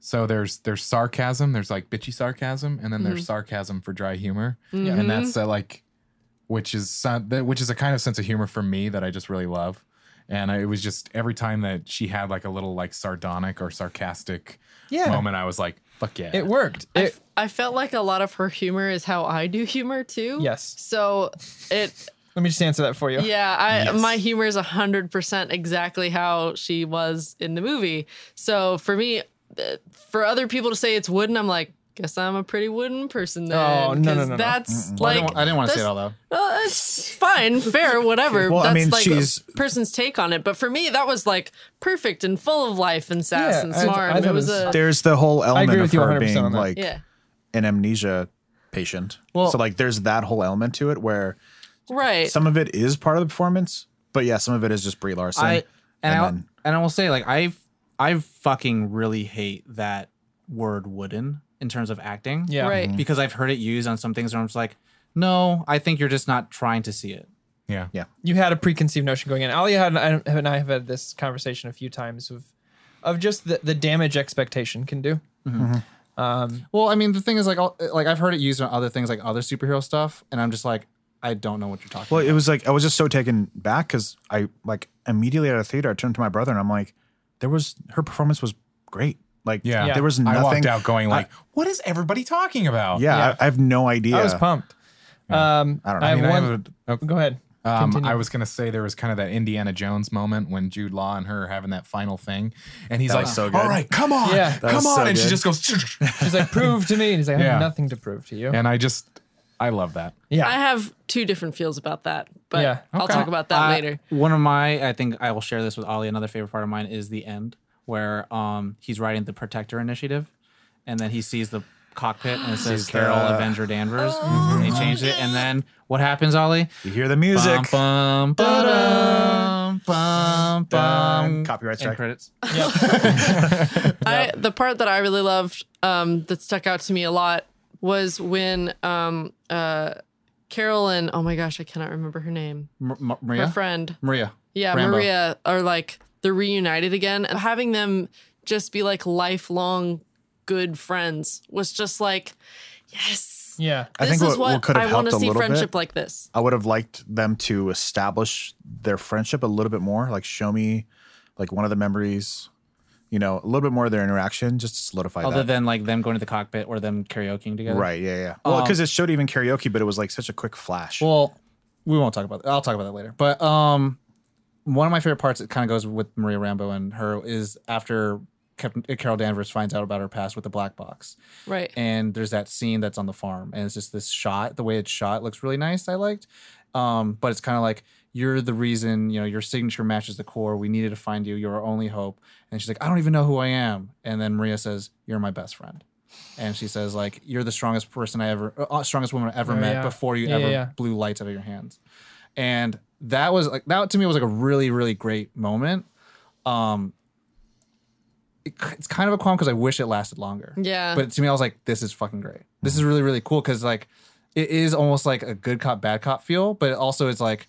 so there's there's sarcasm, there's like bitchy sarcasm, and then
Mm-hmm.
there's sarcasm for dry humor. And that's uh, like which is son- that- which is a kind of sense of humor for me that I just really love. And I, it was just every time that she had like a little like sardonic or sarcastic
Yeah.
moment, I was like, fuck yeah.
It worked.
I,
It,
f- I felt like a lot of her humor is how I do humor too.
Yes.
So it,
let me just answer that for you.
yeah, I my humor is hundred percent exactly how she was in the movie. So for me, uh, for other people to say it's wooden, I'm like, guess I'm a pretty wooden person. Then,
Oh, no, no,
'cause
no, no.
That's
I
like
didn't, wa- I didn't want to say it
that's-
all though.
Well, that's fine, fair, whatever.
Well, I
that's
mean,
like
she's-
a person's take on it. But for me, that was like perfect and full of life and sass
Yeah,
and
I-
smart.
I thought
it was
it was-
a
There's the whole element
agree
of
with you
her
100%
being
on that.
like
yeah,
an amnesia patient.
Well-
so like there's that whole element to it where
right.
some of it is part of the performance, but yeah, some of it is just Brie Larson.
I and,
and
I
then-
and I will say like I I fucking really hate that word wooden in terms of acting.
Yeah.
Right.
Because I've heard it used on some things where I'm just like, no, I think you're just not trying to see it.
yeah.
you had a preconceived notion going in. Ali had I- and I have had this conversation a few times of, of just the, the damage expectation can do. Um,
Well, I mean, the thing is, like, I'll, like I've heard it used on other things, like other superhero stuff, and I'm just like, I don't know what you're talking.
well,
about.
it was like I was just so taken back because I like immediately at a theater, I turned to my brother and I'm like, there was her performance was great. Like
Yeah.
there was nothing.
I walked out going like, what is everybody talking about?
yeah,
Yeah.
I, I have no idea.
I was pumped. Um,
I don't know.
I
I
have
mean, I
one.
would- oh,
go ahead.
Um,
Continue.
I was gonna say there was kind of that Indiana Jones moment when Jude Law and her are having that final thing, and he's
That
like,
was so good.
"All right, come on,
Yeah. That
come
was
on,"
so
and she
good.
just goes,
She's like, prove to me. And he's like, I
Yeah.
have nothing to prove to you.
and I just, I love that.
Yeah.
I have two different feels about that, but
Yeah.
I'll talk about that
I-
later.
One of my, I think I will share this with Ollie. Another favorite part of mine is the end where um he's writing the Protector Initiative, and then he sees the cockpit and it says
Sees
Carol
the-
Avenger Danvers,
Oh,
and he changed it. And then what happens, Ollie?
you hear the music.
Bum, bum, ba-dum, bum, bum.
Dun. Copyright
End
strike.
credits.
I the part that I really loved um, that stuck out to me a lot was when um, uh, Carolyn. Oh my gosh, I cannot remember her name.
M- M-
Her
Maria,
friend.
Maria,
Yeah,
Rambo.
Maria are like they're reunited again. And having them just be like lifelong good friends was just like, yes,
yeah.
I
this
think what-
is
what
what,
could have
I want
helped
to
a
see
little
friendship
bit-
like this.
I would have liked them to establish their friendship a little bit more, like show me like one of the memories, you know, a little bit more of their interaction just to solidify
Other
that.
than like them going to the cockpit or them karaokeing together.
right, yeah, yeah. Well,
Um,
because it showed even karaoke, but it was like such a quick flash.
Well, we won't talk about that. I'll talk about that later. But um, one of my favorite parts that kind of goes with Maria Rambo and her is after Captain Carol Danvers finds out about her past with the black box,
Right.
and there's that scene that's on the farm, and it's just this shot. The way it's shot looks really nice. I liked, um, but it's kind of like you're the reason. You know, your signature matches the core. We needed to find you. You're our only hope. And she's like, I don't even know who I am. And then Maria says, You're my best friend. And she says, like, you're the strongest person I ever, uh, strongest woman I ever
Oh,
met
yeah.
before you
Yeah,
ever
yeah, yeah.
blew lights out of your hands. And that was like that to me was like a really really great moment. Um, it, it's kind of a qualm because I wish it lasted longer.
Yeah.
But to me, I was like, this is fucking great. This is really really cool because like it is almost like a good cop bad cop feel, but it also it's like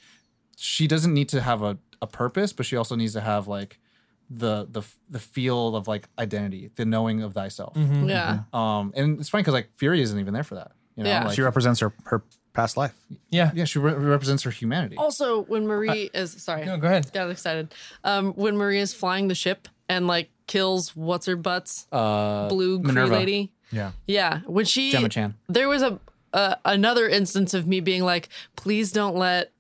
she doesn't need to have a, a purpose, but she also needs to have like the the the feel of like identity, the knowing of thyself.
Mm-hmm.
yeah.
Um, and it's funny because like Fury isn't even there for that. You know,
Yeah.
like,
she represents her her past life.
Yeah.
yeah, she re- represents her humanity.
Oh,
Also, when
Uh,
Marie is sorry,
No, go ahead.
got excited. Um, when Marie is flying the ship and like kills what's her butts
Uh,
blue Cree
Minerva.
lady.
Yeah.
Yeah, when she
Gemma Chan.
there was a uh, another instance of me being like, please don't let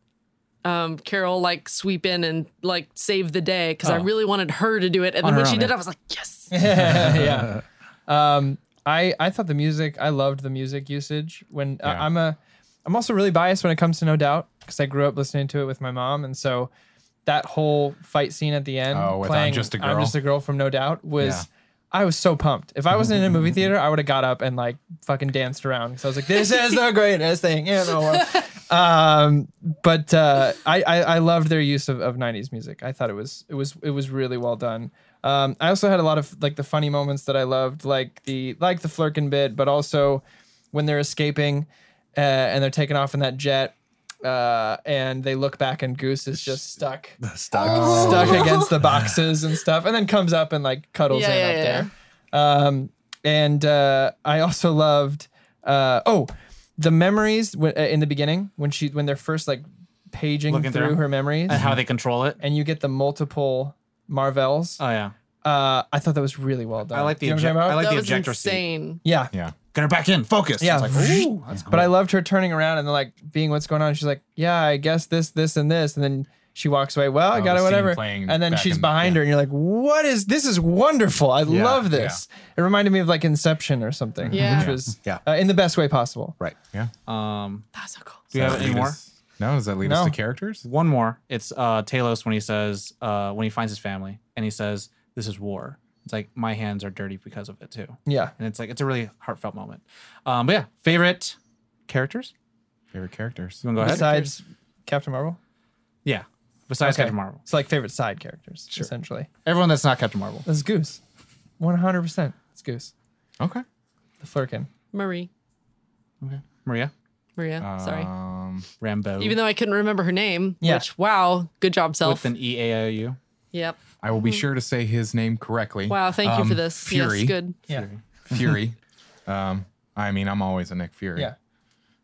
um, Carol like sweep in and like save the day because I really wanted her to do it. And then
Oh. her
when she
own,
did,
yeah.
I was like, yes.
yeah. Um, I I thought the music. I loved the music usage. When I-
Yeah.
I'm a, I'm also really biased when it comes to No Doubt because I grew up listening to it with my mom, and so that whole fight scene at the end,
Oh, with I'm
playing
Just a
I'm
Girl?
just a girl from No Doubt was.
Yeah.
I was so pumped. If I wasn't in a movie theater, I would have got up and like fucking danced around because I was like, "This is the greatest thing in the world." um, but uh, I, I I loved their use of, of '90s music. I thought it was it was it was really well done. Um, I also had a lot of like the funny moments that I loved, like the like the flirkin bit, but also when they're escaping uh, and they're taking off in that jet uh, and they look back and Goose is just stuck,
Stuck.
Oh.
stuck against the boxes and stuff, and then comes up and like cuddles
Yeah,
in
yeah,
up
yeah.
there. Um, and uh, I also loved uh, oh the memories w- uh, in the beginning when she when they're first like paging
Looking
through
through.
her memories
and how they control it.
and you get the multiple Marvels.
Oh yeah,
Uh, I thought that was really well done.
I like the
Do you know what
object-
I'm talking
I
about?
like
that
the
was
ejector seat.
insane.
yeah,
Yeah.
Get her back in. Focus.
Yeah.
It's like, ooh, that's
But I loved her turning around and then like being what's going on. She's like, yeah, I guess this, this, and this, and then she walks away. Well, I
Oh, the
got it,
scene
whatever.
playing
And then
back
she's
in-
behind her, and you're like, what is this? Is wonderful. I love
yeah.
this. It reminded me of like Inception or something,
Yeah.
which was
Yeah.
uh, in the best way possible.
Right.
cool. Um,
That's so cool.
do you have any more?
No, does that lead us
No.
to characters?
One more. It's uh, Talos when he says uh, when he finds his family and he says, "This is war." It's like my hands are dirty because of it too,
Yeah.
and it's like it's a really heartfelt moment. Um, but yeah, favorite characters.
Favorite characters.
You want to go ahead?
Besides Captain Marvel,
yeah, besides
Okay.
Captain Marvel.
it's like favorite side characters essentially.
Everyone that's not Captain Marvel.
That's Goose, 100. percent It's Goose,
Okay.
the Flurkin.
Marie.
Maria
Maria. sorry.
Um,
Rambo.
Even though I couldn't remember her name,
Yeah.
which wow, good job, self.
with an E A I O U.
yep.
I will be sure to say his name correctly.
Wow, thank you
Um,
for this.
Fury.
Yes, good.
Yeah.
Fury. um, I mean, I'm always a Nick Fury.
Yeah.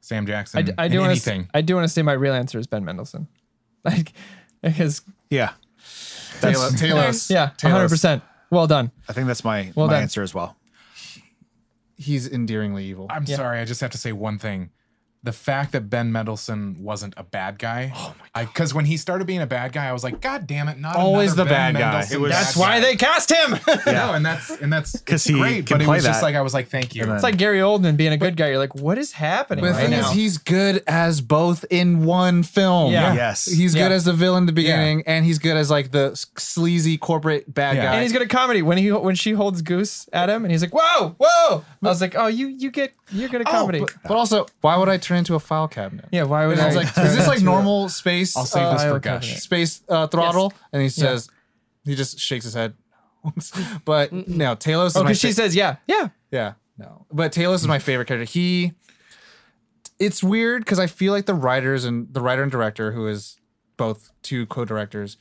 Sam Jackson.
I, d- I
Mm. in
do want to.
anything.
I do want to say my real answer is Ben Mendelsohn, like because
Yeah.
Talos. Talos.
yeah, one hundred percent. Well done.
I think that's my,
Well
my
done.
answer as well.
He's endearingly evil.
I'm sorry. I just have to say one thing. The fact that Ben Mendelsohn wasn't a bad guy. Oh my god. Because when he started being a bad guy, I was like, God damn it, not
Always
another
the
Ben
bad guy.
Mendelsohn
It was-
bad
That's why they cast him. it's
No, and that's and that's
'Cause
it's
he
great,
can
but it
play
was just
that.
like I was like, thank you. It's
like Gary Oldman being a good guy. You're like, what is happening
But the
right
thing
now?
is, he's good as both in one film.
Yeah.
Yes.
He's good
Yeah.
as the villain in the beginning, and he's good as like the s- sleazy corporate bad
Yeah.
guy.
and he's got a comedy when he when she holds Goose at him, and he's like, whoa, whoa. I was like, oh, you you get you're good at comedy.
but, but also, why would I turn into a file cabinet?
yeah, why would
And I
I?
was like, is this like normal space?
I'll save this
uh,
for
I'll cover
Gush.
it.
space uh, throttle? And he says, he just shakes his head. but no, Talos. Is
Oh,
my
because she
fa-
says, yeah, yeah.
Yeah, no. But Talos is my favorite character. He, it's weird because I feel like the writers and the writer and director, who is both two co-directors,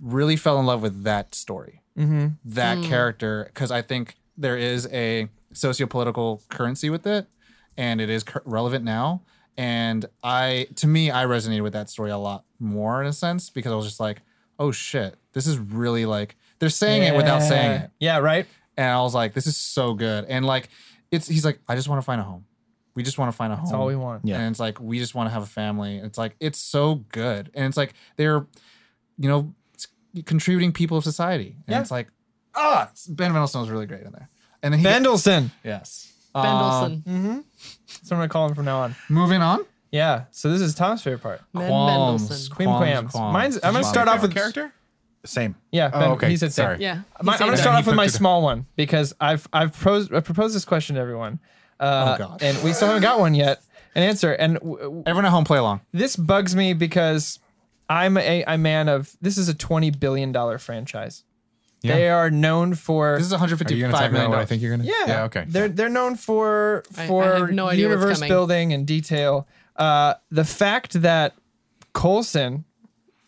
really fell in love with that story, that character, because I think there is a socio-political currency with it, and it is cur- relevant now. And I, to me, I resonated with that story a lot more in a sense because I was just like, oh shit, this is really like they're saying it without saying it
Yeah, right.
and I was like, "This is so good." And like, it's he's like, "I just want to find a home. We just want to find a home.
That's all we want.
Yeah.
And it's like, we just want to have a family. It's like, it's so good. And it's like they're, you know, s- contributing people of society. And
Yeah.
it's like, ah, it's- Ben Mendelsohn was really great in there. And then he,
Mendelsohn.
yes,
Bendelson.
Um,
That's what I'm gonna call him from now on.
Moving on.
Yeah. So this is Tom's favorite part.
Ben
Qualms.
Mendelsohn.
Queen
Qualms,
Quams.
qualms.
Mine's. I'm gonna start off with
character.
Same.
Yeah.
Oh,
Ben,
Oh, okay,
He said same.
sorry.
Yeah.
My, I'm going
He's
to
saying-
start off with my
put to-
small one because I've I've pros- I proposed this question to everyone, uh,
Oh, God.
and we still haven't got one yet. An answer, and w- w-
Everyone at home, play along.
this bugs me because I'm a, a man of this is a twenty billion dollar franchise. They are known for
This is 155
Are you
million
gonna talk about what I
dollars.
think you're gonna?
yeah,
Yeah. Okay.
They're they're known for
I- I
for
have no idea what's
universe
coming.
building and detail. Uh, the fact that Coulson,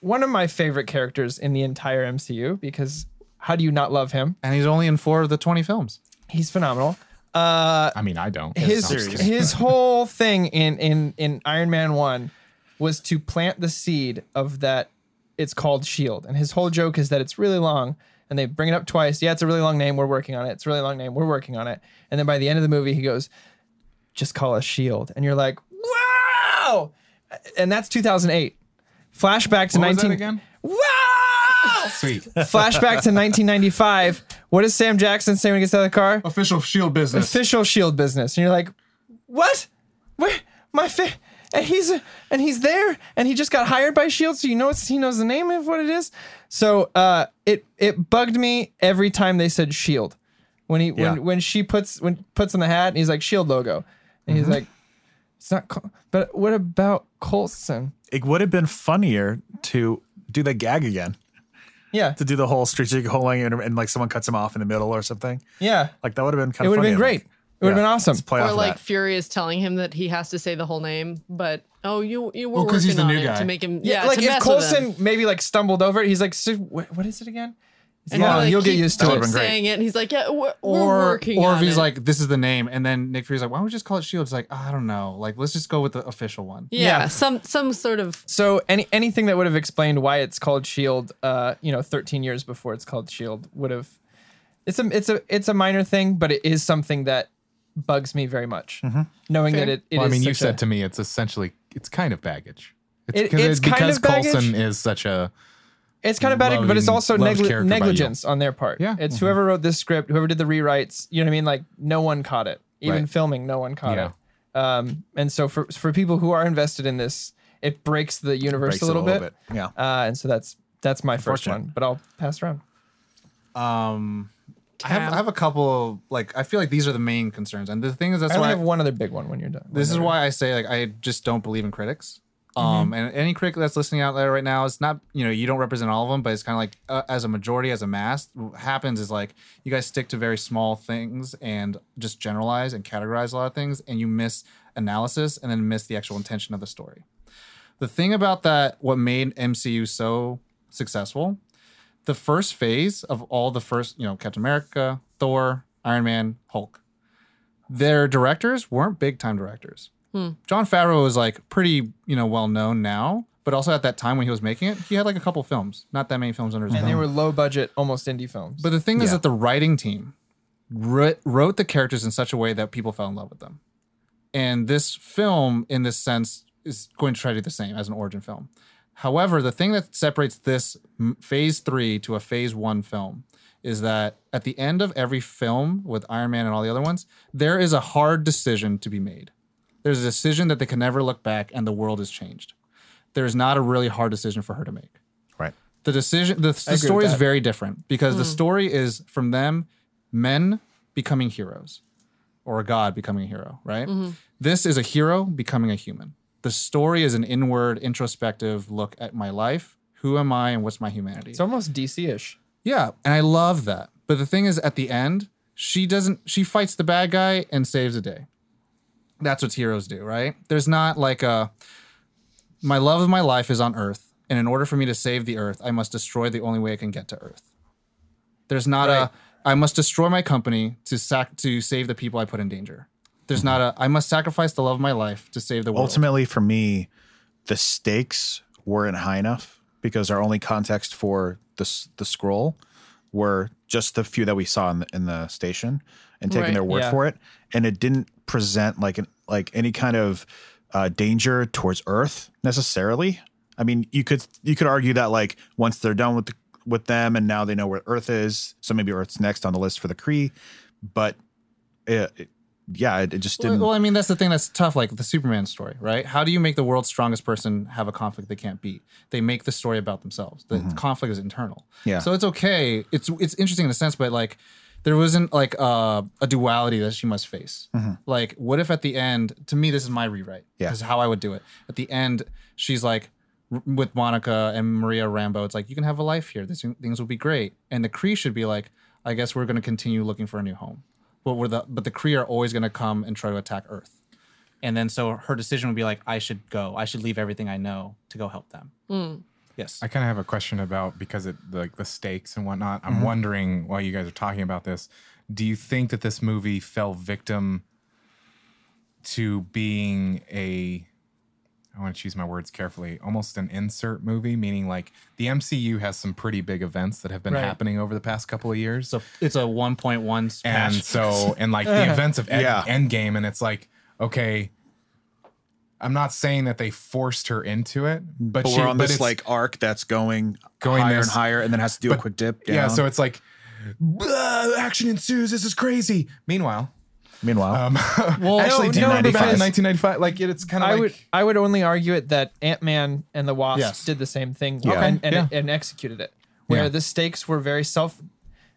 one of my favorite characters in the entire MCU, because how do you not love him?
And he's only in four of the 20 films.
He's phenomenal.
I mean, I don't.
his
I'm just kidding.
his whole thing in in in Iron Man one was to plant the seed of that it's called Shield, E and his whole joke is that it's really long, and they bring it up twice. Yeah, it's a really long name. We're working on it. It's a really long name. We're working on it. And then by the end of the movie, he goes, "Just call us Shield," E and you're like, "Wow!" And that's 2008. Flashback to
What was that
19.
again?
Wow!
Sweet.
Flashback to 1995. What does Sam Jackson say when he gets out of the car?
Official Shield business.
official shield E business and you're like what where my fa- and he's and he's there and he just got hired by shield E so you know it's he knows the name of what it is so uh it it bugged me every time they said shield E when he
Yeah.
when when she puts when puts on the hat and he's like shield E logo
Mm-hmm.
and he's like it's not Col- but what about colson
It would have been funnier to do the gag again,
yeah
to do the whole strategic holding and, and like someone cuts him off in the middle or something.
yeah
Like that would have been kind
it
of
would have
funny,
been
I think.
great would have been awesome.
Let's play
or
off
like
of that.
Fury is telling him that he has to say the whole name, but oh, you you were
Well, 'cause
working
he's the
on
new
it
guy.
to make him
Yeah,
yeah.
like
to
if
mess with him.
Colson maybe like stumbled over it, he's like, "So- wh- what is it again?
And
Yeah,
they, like,
you'll get
keep
used to
That
it.
would've been great.
Saying it, and he's like, yeah, we're,
or
we're working
or
on
if he's
it.
like, this is the name, and then Nick Fury's like, why don't we just call it Shield? It's like, I don't know, like let's just go with the official one.
yeah,
yeah.
some some sort of
So any anything that would have explained why it's called Shield, uh, you know, 13 years before it's called Shield would have. It's a it's a it's a minor thing, but it is something that bugs me very much. Knowing that it, it
well, I
is
mean, you
such a-
said to me it's essentially it's kind of baggage.
It-
'cause
it's kind
because
of baggage.
Coulson is such a
It's kind of bad, but it's
loving-
also
loved
negli-
character by
negligence on their part.
Yeah.
It's whoever wrote this script, whoever did the rewrites, you know what I mean? Like no one caught it. Even
Right.
filming, no one caught
Yeah.
it. Um, and so for for people who are invested in this, it breaks the universe
Breaks
a little, bit.
Yeah.
Uh, and so that's that's my first
Unfortunate.
one, but I'll pass around.
Um, I have I have a couple of, like I feel like these are the main concerns, and the thing is that's
I
why
only have one other big one when you're done.
this is why I say like I just don't believe in critics. Um, and any critic that's listening out there right now, it's not you know you don't represent all of them, but it's kind of like uh, as a majority, as a mass, what happens is like you guys stick to very small things and just generalize and categorize a lot of things, and you miss analysis and then miss the actual intention of the story. The thing about that, what made MCU so successful, the first phase of all the first you know Captain America, Thor, Iron Man, Hulk, their directors weren't big time directors. John Favreau is like pretty, you know, well known now, but also at that time when he was making it, he had like a couple films, not that many films under his
and
belt.
they were low budget, almost indie films.
But the thing is that the writing team writ- wrote the characters in such a way that people fell in love with them. And this film, in this sense, is going to try to do the same as an origin film. However, the thing that separates this m- phase three to a phase one film is that at the end of every film with Iron Man and all the other ones, there is a hard decision to be made. There's a decision that they can never look back, and the world has changed. There's not a really hard decision for her to make
Right.
the decision the, the
with
story is
that.
very different because the story is from them men becoming heroes or a god becoming a hero right this is a hero becoming a human the story is an inward introspective look at my life who am i and what's my humanity
it's almost DC ish.
yeah, and I love that. But the thing is, at the end, she doesn't. She fights the bad guy and saves the day. That's what heroes do, right? There's not like a. My love of my life is on Earth, and in order for me to save the Earth, I must destroy the only way I can get to Earth. There's not a. I must destroy my company to sac to save the people I put in danger. There's not a. I must sacrifice the love of my life to save the world.
Ultimately, for me, the stakes weren't high enough because our only context for the s- the scroll were just the few that we saw in the, in the station and taking
Right,
their word
yeah.
for it, and it didn't present like an like any kind of uh, danger towards Earth necessarily. I mean, you could you could argue that like once they're done with the, with them and now they know where Earth is, so maybe Earth's next on the list for the Kree, but it, it- yeah, it, it just
Well-
didn't.
Well, I mean, that's the thing that's tough, like the Superman story, right? How do you make the world's strongest person have a conflict they can't beat? They make the story about themselves. The conflict is internal.
Mm-hmm. Yeah.
So it's okay. It's it's interesting in a sense, but like there wasn't like uh, a duality that she must face. Like, what if at the end? To me, this is my rewrite.
Yeah.
This is how I would do it. At the end, she's like r- with Monica and Maria Rambo. It's like you can have a life here. This, things will be great. And the Kree should be like, I guess we're going to continue looking for a new home. But we're the but the Kree are always going to come and try to attack Earth.
And then so her decision would be like, I should go. I should leave everything I know to go help them. Yes.
I kind of have a question about because it like the stakes and whatnot.
Mm-hmm.
I'm wondering while you guys are talking about this, do you think that this movie fell victim to being a I want to choose my words carefully, almost an insert movie, meaning like the MCU has some pretty big events that have been
Right.
happening over the past couple of years.
So it's a 1.1
and
patch.
so and like the events of Ed,
Yeah.
Endgame, and it's like okay, I'm not saying that they forced her into it, but,
but
she,
we're on
but
this
it's-
like arc that's going
Going
higher
this-
and higher, and then has to do a
but-
quick dip.
yeah,
down.
so it's like "Blah, action ensues. This is crazy. Meanwhile,
meanwhile,
um, well, actually,
no,
do you
no,
remember back in
95?
1995? Like it, it's kind of
I
like
would I would only argue it that Ant Man and the Wasp
Yes.
did the same thing
Yeah.
and, and,
Yeah.
and executed it, where
Yeah.
the stakes were very self.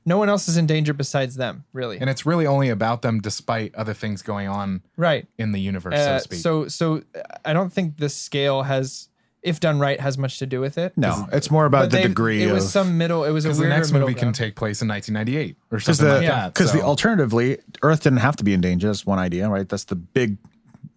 No one else is in danger besides them, really.
and it's really only about them, despite other things going on
right.
in the universe, so
Uh,
to speak.
so so uh, I don't think the scale has if done right, has much to do with it.
No, it's more about
But
the
they-
degree.
It was
of,
some middle. It was a
Because
weirder
the next
middle
movie can
ground.
take place in 1998 or
Because
something
the
like that.
because the
so-
alternatively, Earth didn't have to be in danger. That's one idea, right? That's the big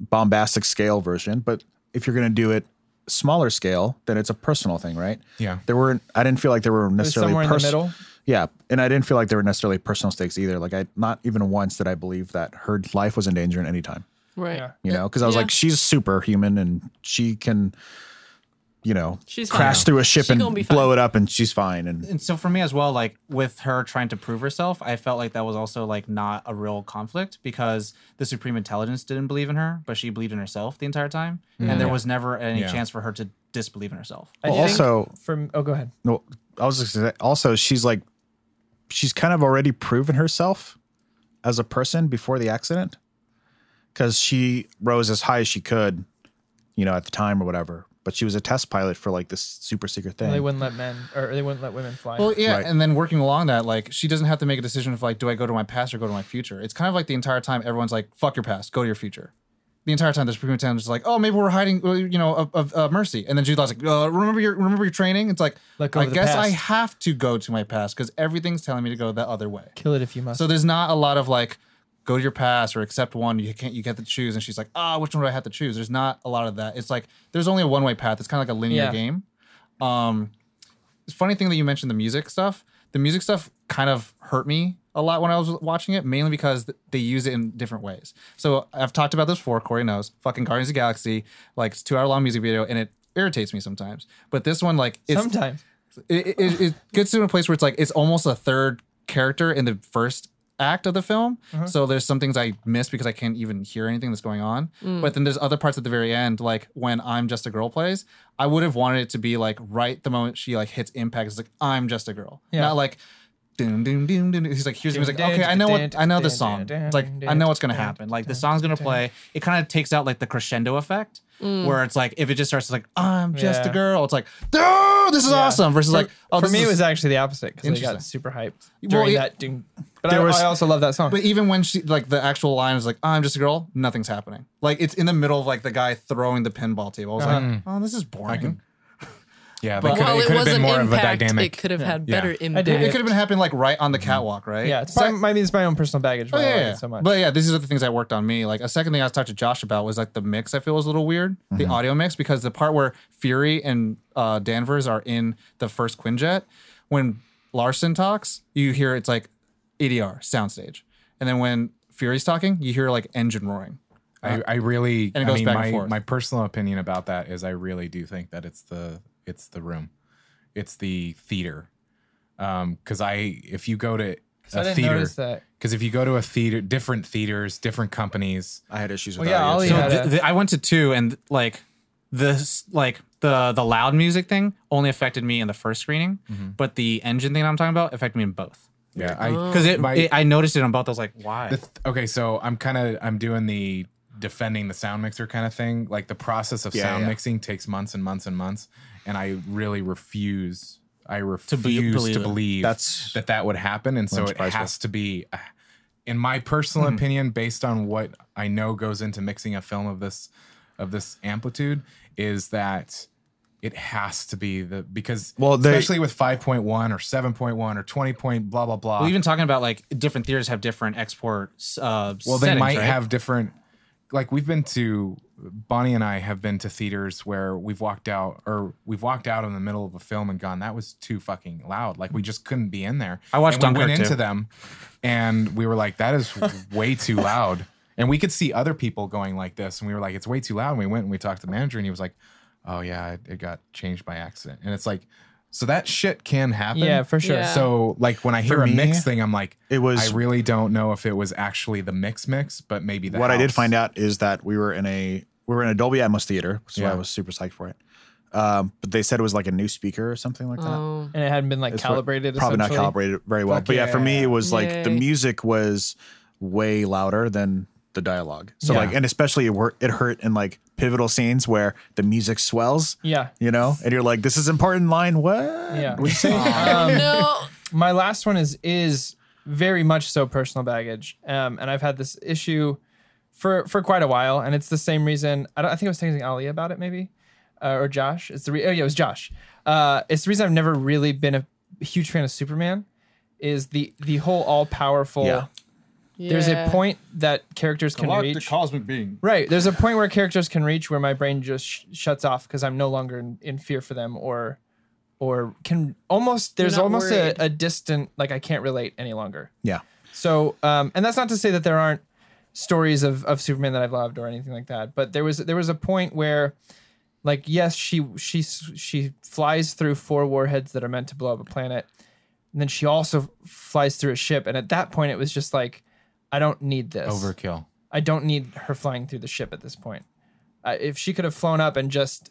bombastic scale version. But if you're going to do it smaller scale, then it's a personal thing, right?
Yeah.
There weren't. I didn't feel like there were
It was
necessarily
somewhere in the
pers-
middle.
Yeah, and I didn't feel like there were necessarily personal stakes either. Like I, not even once did I believe that her life was in danger at any time.
Right.
Yeah.
You know, because I was
Yeah.
like, she's superhuman and she can, you know,
She's
crash
fine.
through a ship
She
and
gonna be
blow it
fine.
up, and she's fine. And
and so for me as well, like with her trying to prove herself, I felt like that was also like not a real conflict because the Supreme Intelligence didn't believe in her, but she believed in herself the entire time, and there was never any
Mm. Yeah.
chance for her to disbelieve in herself.
I
well,
think
also,
from oh, go ahead.
No, I was just gonna say, also she's like she's kind of already proven herself as a person before the accident because she rose as high as she could, you know, at the time or whatever. But she was a test pilot for like this super secret thing.
They wouldn't let men or they wouldn't let women fly.
Well, yeah,
Right.
and then working along that, like she doesn't have to make a decision of like, do I go to my past or go to my future? It's kind of like the entire time everyone's like, fuck your past, go to your future. The entire time, the Supreme Intelligence is like, oh, maybe we're hiding, well, you know, of, of uh, mercy. And then Jude Law's like, uh, remember your remember your training? It's like,
Let go
I
of the
guess I
past.
have to go to my past because everything's telling me to go the other way.
Kill it if you must.
So there's not a lot of like, go to your past or accept one. You can't, you get to choose. And she's like, ah, which one do I have to choose? There's not a lot of that. It's like there's only a one way path. It's kind of like a linear
Yeah.
game. Um, it's funny thing that you mentioned the music stuff. The music stuff kind of hurt me a lot when I was watching it, mainly because th- they use it in different ways. So I've talked about this before. Corey knows. Fucking Guardians of the Galaxy, like it's two hour long music video, and it irritates me sometimes. But this one, like, it's
Sometimes
it, it- it, it gets to a place where it's like it's almost a third character in the first act of the film.
Mm-hmm.
So there's some things I miss because I can't even hear anything that's going on. But then there's other parts at the very end, like when I'm Just a Girl plays, I would have wanted it to be like right the moment she like hits impact, it's like I'm Just a Girl.
Yeah.
Not like doom doom doom doom. He's like, here's the music. Okay, I know what I know this song. It's like I know what's gonna happen.
happen. Like the song's gonna play. It kind of takes out like the crescendo effect, where it's like if it just starts like I'm just
Yeah.
a girl, it's like
Oh, this is awesome. Versus like, oh,
for
this
me
is-
it was actually the opposite because I
Interesting.
got super hyped
Well,
during
it-
that. Doom. But
There
I,
was-
I also love that song.
But even when she like the actual line is like, "Oh, "I'm just a girl," nothing's happening. Like it's in the middle of like the guy throwing the pinball table. I was like, "Oh, this is boring."
yeah, they
But-
could,
While
it
it
could have
was
been
an
more of a
impact, it
dynamic.
could have had
Yeah.
better
I
impact.
did
it could have been happening like right on the catwalk, right?
yeah, it's
Mm-hmm. So-
probably, maybe it's my own personal baggage.
Oh,
why I
yeah,
like
yeah.
it so much.
But yeah, these are the things that worked on me. Like a second thing I was talking to Josh about was like the mix. I feel was a little weird, the audio mix, because the part where Fury and uh, Danvers are in the first Quinjet, when Larson talks, you hear it's like ADR soundstage, and then when Fury's talking, you hear like engine roaring.
I, I really,
And it
I
goes
mean,
back and
my,
forth.
my personal opinion about that is I really do think that it's the it's the room, it's the theater, because I if you go to
So I
a
didn't
theater,
notice that.
because if you go to a theater, different theaters, different companies,
I had issues
Well,
with
yeah,
that.
Ollie
too.
had
So
a-
th- th- I went to two, and like this, like the the loud music thing only affected me in the first screening, but the engine thing I'm talking about affected me in both.
yeah, I
Because it,
My-
it, I noticed it on both. I was like, why?
The th- okay, so I'm kind of I'm doing the defending the sound mixer kind of thing. Like the process of
Yeah,
sound
yeah.
mixing takes months and months and months, and I really refuse. I refuse to
be-
believe,
believe it.
That's-
that that would happen, and so
That's
it
priceless.
has to be, uh, in my personal opinion, based on what I know goes into mixing a film of this of this amplitude, is that it has to be the because
Well, they-
especially with 5.1 or 7.1 or 20 point blah blah blah
well, even talking about like different theaters have different export. Uh,
well they
settings,
might
right?
have different like we've been to bonnie and i have been to theaters where we've walked out or we've walked out in the middle of a film and gone that was too fucking loud like we just couldn't be in there
I watched
and we
Dunkirk,
went into
too.
them and we were like that is way too loud and we could see other people going like this and we were like it's way too loud and we went and we talked to the manager and he was like oh yeah it, it got changed by accident and it's like so that shit can happen
Yeah, for sure.
Yeah.
so like when i hear a
me,
mix thing i'm like
it was
I really don't know if it was actually the mix mix, but maybe the
what I did
house.
find out is that we were in a we were in a Dolby Atmos theater, which is why I
Yeah.
was super psyched for it. Um, but they said it was like a new speaker or something like that.
Oh.
and it hadn't been like
It's what-
calibrated.
probably not
essentially.
calibrated very well.
Fuck
but yeah, for me,
yeah.
it was like the
Yay.
music was way louder than the dialogue. So
Yeah.
like, and especially it, wor- it hurt in like pivotal scenes where the music swells.
Yeah.
You know, and you're like, this is important line. What?
Yeah.
What'd you say?
Um,
no.
my last one is is very much so personal baggage um, and i've had this issue for for quite a while and it's the same reason i, don't, I think i was texting ali about it maybe uh, or Josh. It's the re- oh yeah, it was Josh. Uh, it's the reason I've never really been a huge fan of Superman. Is the the whole all powerful?
Yeah.
There's
Yeah.
a point that characters can reach.
cosmic being.
Right. There's a point where characters can reach where my brain just sh- shuts off because I'm no longer in, in fear for them or or can almost there's
not
almost
worried.
a, a distant like I can't relate any longer.
Yeah.
So um and that's not to say that there aren't stories of, of Superman that I've loved or anything like that, but there was there was a point where like yes, she she s- she flies through four warheads that are meant to blow up a planet. And then she also flies through a ship and at that point it was just like I don't need this.
Overkill.
I don't need her flying through the ship at this point. Uh, if she could have flown up and just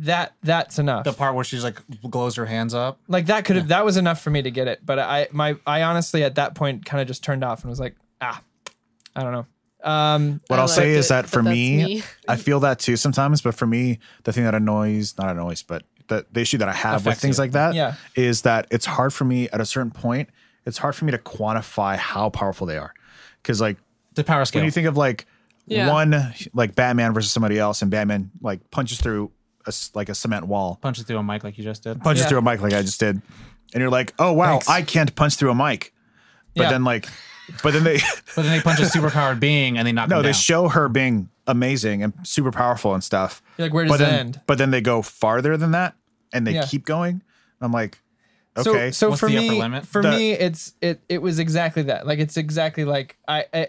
that that's enough.
The part where she's like glows her hands up.
like that could have that was enough for me to get it, but I my I honestly at that point kind of just turned off and was like, ah, I don't know. Um
What
I
I will say
liked
is
it,
that
but
for
that's
me,
me.
I feel that too sometimes. But for me, the thing that annoys, not annoys, but the, the issue that I have with
Affects
things
you.
like that
Yeah.
is that it's hard for me at a certain point, it's hard for me to quantify how powerful they are. Cause like
The power scale.
when you think of like
Yeah.
one, like Batman versus somebody else, and Batman like punches through a, s- like a cement wall,
punch it through a mic like you just did.
punches
Yeah.
through a mic like I just did. And you're like, oh, wow, I can't punch through a mic. But
Yeah.
then like, but then they,
But then they punch a superpowered being and they knock
No,
him
they
down.
show her being amazing and super powerful and stuff.
You're like, where
but
does it
then,
end?
But then they go farther than that and they
Yeah.
keep going. I'm like,
So,
okay.
so
What's
for
the upper
me,
limit?
for
The-
me, it's it it was exactly that. Like it's exactly like I, I,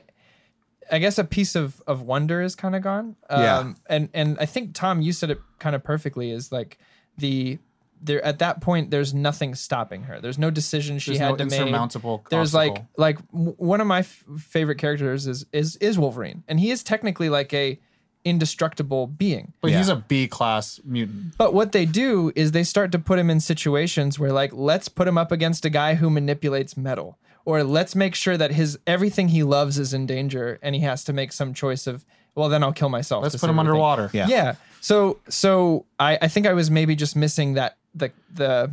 I guess a piece of of wonder is kind of gone. Um,
Yeah.
And and I think Tom, you said it kind of perfectly. Is like the there at that point, there's nothing stopping her. There's no decision she
There's
had
no
to make.
insurmountable
There's
obstacle.
like like w- one of my f- favorite characters is is is Wolverine, and he is technically like a indestructible being.
But he's a B class mutant.
But what they do is they start to put him in situations where like let's put him up against a guy who manipulates metal or let's make sure that his everything he loves is in danger and he has to make some choice of well then I'll kill myself.
Let's
to
put
save
him
everything.
underwater.
Yeah.
Yeah. So so I I think I was maybe just missing that the the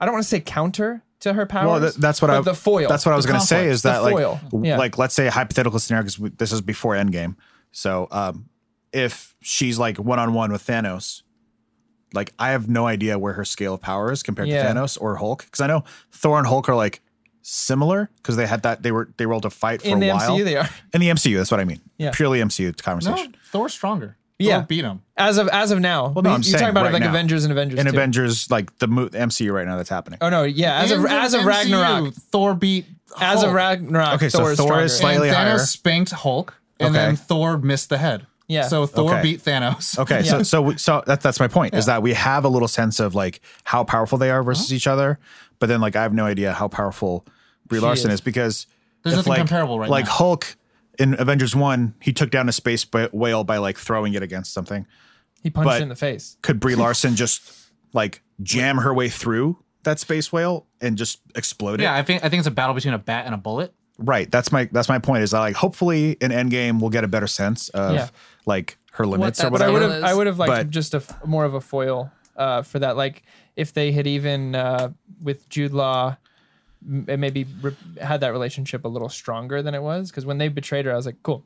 I don't want to say counter to her powers.
well, th- that's what
but
I,
the foil.
That's what I was going to say
conflict,
is that
the
like,
foil.
w-
Yeah.
like, let's say a hypothetical scenario, because this is before Endgame. So, um, if she's like one on one with Thanos, like I have no idea where her scale of power is compared
Yeah.
to Thanos or Hulk, because I know Thor and Hulk are like similar because they had that they were they were able to fight for
in
a
the
while
MCU they are.
in the MCU. That's what I mean.
Yeah.
purely MCU conversation.
No, Thor's stronger.
Yeah.
Thor beat him.
As of as of now. Well,
no, I'm
you're
saying
talking about
right
like
now.
Avengers and Avengers.
in
2.
Avengers, like the mo- MCU right now that's happening.
Oh no, yeah, as
In
of
the
as of
MCU,
Ragnarok.
Thor beat
As of
Hulk.
Ragnarok,
Oh. Okay, so
Thor is
Thor
stronger.
is slightly
and Thanos
higher.
spanked Hulk, and
Okay.
then Thor missed the head.
Yeah.
So Thor
Okay.
beat Thanos.
Okay, so so we, so that's that's my point is that we have a little sense of like how powerful they are versus
Uh-huh.
each other, but then like I have no idea how powerful Brie Larson is, because
There's
if,
nothing
like,
comparable right
Like
now.
Hulk in Avengers One, he took down a space ba- whale by like throwing it against something.
He punched
But-
you in the face.
Could Brie Larson just like jam her way through that space whale and just explode
yeah,
it?
I think I think it's a battle between a bat and a bullet.
Right. That's my that's my point is that like hopefully in Endgame we'll get a better sense of
Yeah.
like her limits
that
or whatever.
I
scale
would
is.
have, I would have liked
But-
just a f- more of a foil uh, for that. Like if they had even uh, with Jude Law, m- it maybe re- had that relationship a little stronger than it was. Because when they betrayed her, I was like, cool.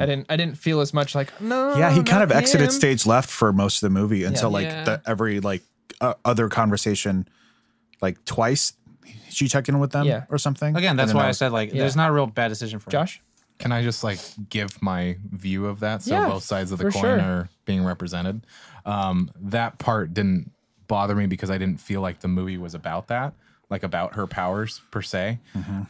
I didn't, I didn't feel as much like no.
Yeah,
Oh,
he kind
not
of exited
him.
stage left for most of the movie until like
Yeah.
the every like uh, other conversation, like twice, she checked in with them
Yeah.
or something.
Again, that's
And then
why I
was-
said like
Yeah.
there's not a real bad decision for him.
Josh.
Can I just like give my view of that so
Yeah,
both sides of the
for
coin
sure.
are being represented? Um, that part didn't bother me because I didn't feel like the movie was about that, like about her powers per se.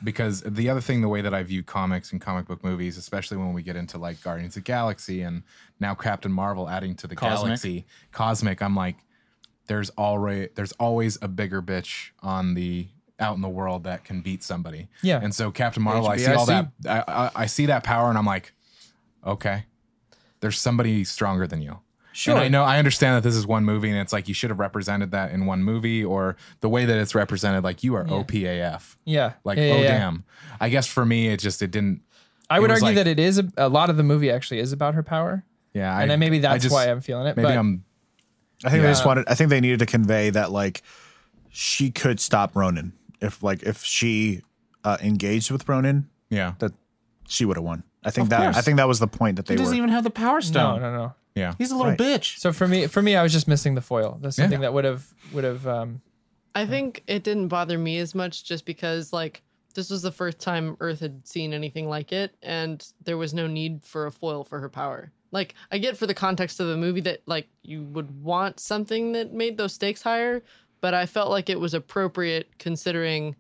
Because the other thing, the way that I view comics and comic book movies, especially when we get into like Guardians of the Galaxy and now Captain Marvel adding to the
Cosmic.
galaxy, cosmic, I'm like, there's already there's always a bigger bitch on the out in the world that can beat somebody.
Yeah.
And so Captain Marvel, I see all that I, I, I see that power and I'm like, okay, there's somebody stronger than you.
Sure.
And I know I understand that this is one movie and it's like you should have represented that in one movie or the way that it's represented, like you are OPAF.
Yeah.
Like,
Yeah, yeah,
oh
yeah.
damn. I guess for me it just it didn't
I would
was
argue
like-
that it is a, a lot of the movie actually is about her power,
yeah.
and then maybe
I
that's
just-
why I'm feeling it.
maybe
but
I'm
I think they just wanted. I think they needed to convey that like she could stop Ronan if like if she uh, engaged with Ronan,
yeah.
that she would have won. I think that I think that was the point that they
He
were.
doesn't even have the power
no,
stone.
no, no.
Yeah.
He's a little bitch.
So for me, for me, I was just missing the foil. That's something that would have would have. Um,
I think it didn't bother me as much just because like this was the first time Earth had seen anything like it and there was no need for a foil for her power. Like I get for the context of the movie that like you would want something that made those stakes higher, but I felt like it was appropriate considering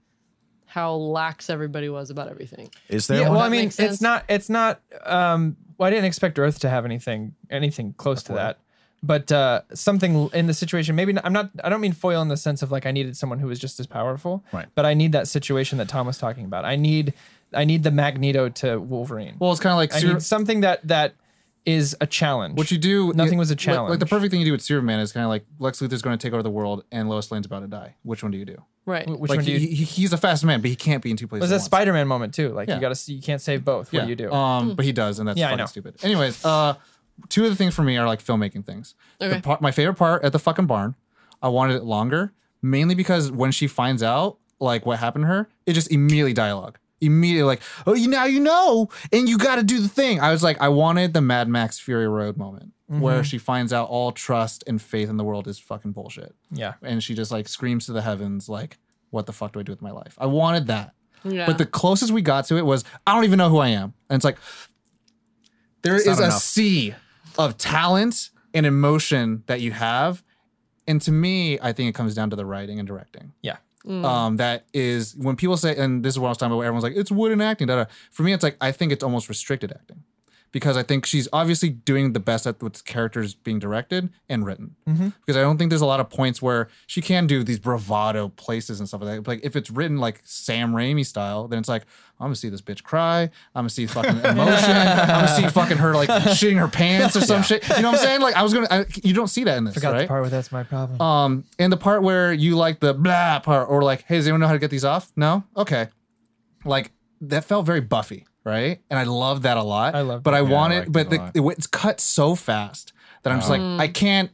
how lax everybody was about everything.
Is there
yeah,
one?
well, I
That
mean,
makes
it's
sense.
not it's not. Um, well, I didn't expect Earth to have anything anything close to that, but uh, something in the situation. Maybe not, I'm not. I don't mean foil in the sense of like I needed someone who was just as powerful.
Right.
But I need that situation that Tom was talking about. I need I need the Magneto to Wolverine.
Well, it's kind of like
I
Ser-
need something that that is a challenge.
what you do.
Nothing
you-
was a
like- Like, the
challenge.
perfect thing you do with Superman is kind of like Lex Luthor's going to take over the world and Lois Lane's about to die. Which one do you do?
Right.
Which
like
one do you?
he, he, he's a fast man, but he can't be in two places.
was a
at once.
Spider Man moment too. Like
Yeah.
you gotta you can't save both. What do you do?
Um, but he does, and that's
Hmm. Yeah, I
fucking
know.
stupid. Anyways, uh, two of the things for me are like filmmaking things. The
Okay.
part- my favorite part at the fucking barn, I wanted it longer, mainly because when she finds out like what happened to her, it just immediately dialogue. Immediately, like, oh, you now you know, and you got to do the thing. I was like, I wanted the Mad Max Fury Road moment
Mm-hmm.
where she finds out all trust and faith in the world is fucking bullshit,
yeah.
and she just like screams to the heavens, like, what the fuck do I do with my life? I wanted that.
Yeah.
But the closest we got to it was, I don't even know who I am. And it's like, there is
not
a
enough.
sea of talent and emotion that you have. And to me, I think it comes down to the writing and directing.
Yeah.
Um, that is when people say, and this is what I was talking about, where everyone's like, it's wooden acting. Da, da. For me, it's like, I think it's almost restricted acting because I think she's obviously doing the best at what's characters being directed and written.
Mm-hmm.
Because I don't think there's a lot of points where she can do these bravado places and stuff like that. Like if it's written like Sam Raimi style, then it's like I'm gonna see this bitch cry. I'm gonna see fucking emotion. I'm gonna see fucking her like shitting her pants or some shit. You know what I'm saying? Like I was gonna. I, you don't see that in this,
Forgot
right?
the part where that's my problem.
Um, and the part where you like the blah part, or like, hey, does anyone know how to get these off? No, okay. Like that felt very Buffy, right? And I love that a lot.
I loved
but
it.
I
Yeah, I
wanted,
liked
but
it a
the,
lot.
it, it's cut so fast that I'm just like, I can't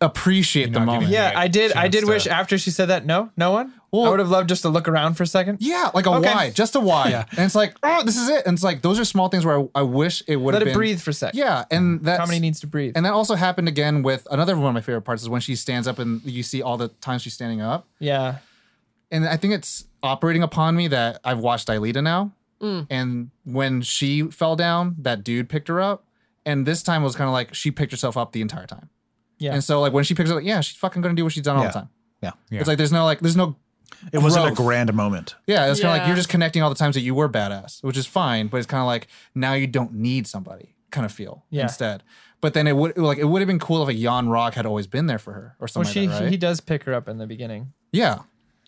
appreciate
not
the
giving
moment.
me
yeah,
right
I uh, did. I did
chance
wish
to-
after she said that. No, no one. I
Well-
would have loved just to look around for a second.
Yeah, like a
Okay.
why, just a why. And it's like, oh, this is it. And it's like those are small things where I, I wish it would
Let
have
it
been,
breathe for a second.
Yeah, and that's
Comedy needs to breathe.
And that also happened again with another one of my favorite parts is when she stands up and you see all the times she's standing up.
yeah.
and I think it's operating upon me that I've watched Aelita now.
Mm.
And when she fell down, that dude picked her up. And this time it was kind of like she picked herself up the entire time.
Yeah.
And so like when she picks her up, yeah, she's fucking gonna do what she's done all
Yeah.
the time.
Yeah.
It's like there's no like there's no
It wasn't a
growth.
grand moment.
yeah, it's kind of like
Yeah.
you're just connecting all the times that you were badass, which is fine, but it's kind of like now you don't need somebody kind of feel
Yeah.
instead. But then it would like it would have been cool if like Jan Rock had always been there for her or
Well,
something.
she
like that, right?
he does pick her up in the beginning,
yeah.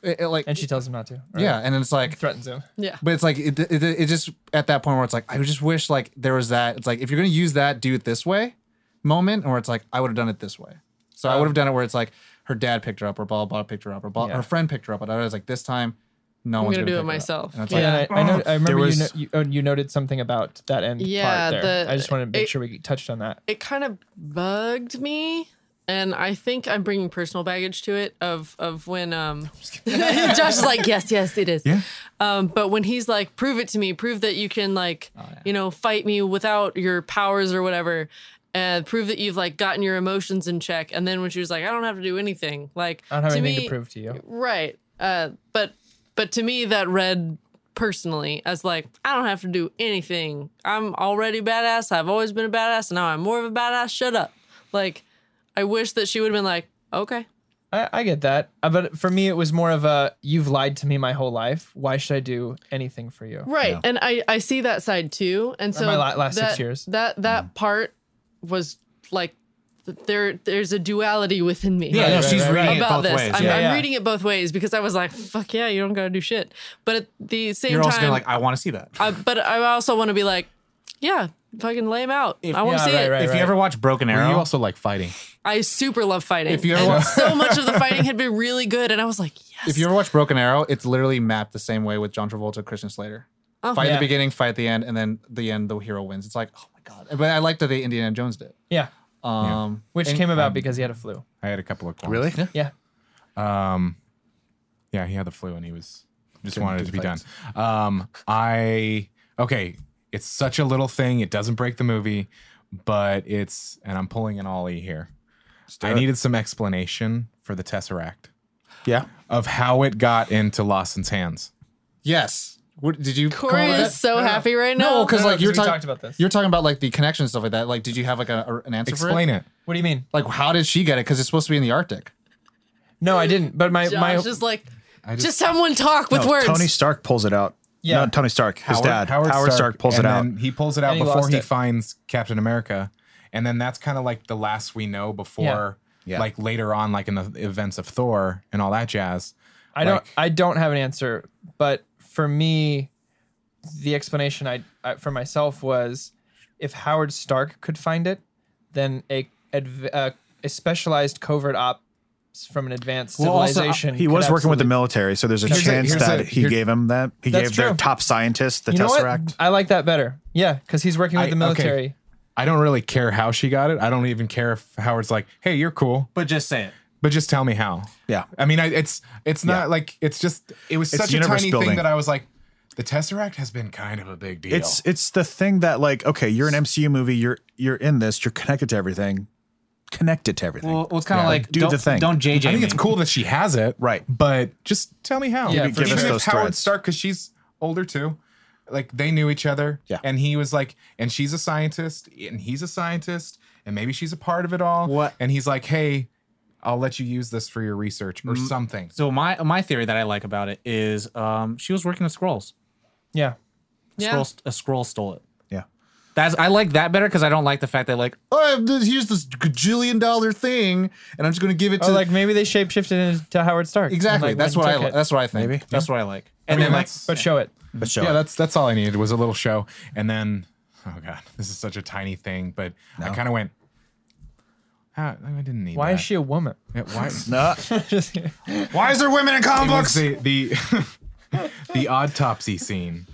It- it, like
and she tells him not to. or
yeah, and then it's like
Threatens him.
yeah.
But it's like it, it, it just at that point where it's like I just wish like there was that. It's like if you're gonna use that, do it this way moment, or it's like I would have done it this way. So I would have
Um,
done it where it's like her dad picked her up, or blah blah, blah picked her up, or blah,
Yeah.
her friend picked her up. But I was like this time, no
I'm
one's
gonna do
pick
it
her up.
myself.
And it's like,
Yeah,
Yeah.
and I, I, know, I remember
was-
you, no, you, oh, you noted something about that end
Yeah,
part there.
the-
I just wanted to make
it-
sure we touched on that.
it kind of bugged me and i think i'm bringing personal baggage to it of of when um josh is like yes yes it is yeah. um but when he's like prove it to me prove that you can like
Oh,
you know fight me without your powers or whatever and prove that you've like gotten your emotions in check and then when she was like i don't have to do anything like
I don't have
to
anything
me-
to prove to you.
Right. Uh, but but to me, that read personally as like I don't have to do anything. I'm already badass. I've always been a badass, and now I'm more of a badass. Shut up. Like I wish that she would have been like, okay,
I, I get that, Uh, but for me, it was more of a "you've lied to me my whole life. Why should I do anything for you?"
right. And I I see that side too. And so
my la- last
that,
six years.
that that
Mm-hmm.
part was like th- there there's a duality within me.
Yeah, no,
Right,
she's
right, right,
reading it
about
both
this.
ways.
I'm,
yeah.
I'm
yeah.
reading it both ways because I was like, fuck yeah, you don't gotta do shit. But at the same
You're
time,
also gonna like, I want to see that.
I, but I also want to be like, yeah, fucking lame out. I want to
yeah,
see
right,
it.
right.
if you ever watch Broken
Were
Arrow,
you also like fighting?
I super love fighting.
If you ever
And
watch-
so much of the fighting had been really good, and I was like, yes.
If you ever watch Broken Arrow, it's literally mapped the same way with John Travolta, Christian Slater.
Oh.
fight
Yeah.
the beginning, fight the end, and then the end, the hero wins. It's like oh my god. But I liked that they Indiana Jones did.
Yeah,
Um,
which came about because he had a flu.
I had a couple of qualms.
Really?
Yeah,
Yeah, he had the flu and he was just wanted it to be done. Um, I okay, it's such a little thing. It doesn't break the movie, but it's and I'm pulling an ollie here.
do
I
it.
needed some explanation for the tesseract
Yeah.
of how it got into Lawson's hands.
Yes. What, did you? come
Corey
up with
is
that?
so happy right now.
No, because
No,
like you're
we
talking
talked about this.
You're talking about like the connection and stuff like that. Like, did you have like a, an answer for
Explain it.
What do you mean?
Like, how did she get it? Because it's supposed to be in the Arctic.
No, I didn't. But my
Josh
my
is like,
I
just,
just-
someone talk with
No,
words.
Tony Stark pulls it out.
Yeah.
Yeah. Not Tony Stark. His dad. Howard, Stark, pulls it
and
out.
then he pulls it out
And he
before
lost
he
it.
finds Captain America, and then that's kind of like the last we know before,
Yeah.
like later on, like in the events of Thor and all that jazz.
I don't
Like-
I don't have an answer, but for me, the explanation I, I for myself was if Howard Stark could find it, then a adv- uh, a specialized covert ops from an advanced
Well, also,
civilization.
uh, he
could
was working with the
absolutely-
military, so there's a
Here's a-
chance
here's
that
a-
he
here-
gave him that. He
That's
gave their
true.
top scientist the
You know what?
Tesseract.
I like that better. Yeah, because he's working with
I-
the military.
okay. I don't really care how she got it. I don't even care if Howard's like, "Hey, you're cool,"
But just say it.
but just tell me how.
Yeah.
I mean, I, it's it's not like it's just it was
It's
such a
universe
tiny thing
building.
that I was like, the Tesseract has been kind of a big deal.
It's it's the thing that like okay, you're an MCU movie, you're you're in this, you're connected to everything, connected to everything.
Well, well it's kind of
Yeah.
like
Do
don't,
the thing.
Don't JJ.
I think it's
me.
cool that she has it,
Right.
But just tell me how.
Yeah,
Even
Give- for
give us
if
those
Howard
threads.
Stark, because she's older too. Like they knew each other,
Yeah.
And he was like, and she's a scientist, and he's a scientist, and maybe she's a part of it all.
What-
And he's like, hey, I'll let you use this for your research
Mm-hmm.
or something.
So my my theory that I like about it is um she was working with scrolls.
Yeah.
Yeah.
Scroll, a scroll stole it.
Yeah.
That's I like that better because I don't like the fact that like
Oh, I have this- here's this gajillion dollar thing, and I'm just gonna give it to
Oh, like maybe they shapeshifted into Howard Stark.
exactly.
Like,
that's
went
what I
and took it.
that's what I think.
Maybe.
that's what I like.
and then like,
But show it.
But show
yeah,
it.
that's that's all I needed was a little show, and then oh god, this is such a tiny thing, but I kind of went. "Ah, I didn't need
Why
that.
is she a woman?
Yeah, why?
Uh,
Just kidding.
Why is there women in comic
It was the the, the autopsy scene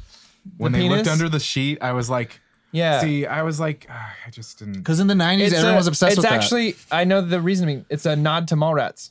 when
The
they looked
penis?
under the sheet. I was like,
yeah.
see, I was like, ah, I just didn't.
Because in the '90s,
It's
everyone
a-
was obsessed
it's
with
actually, I know the reasoning. It's a nod to Mallrats.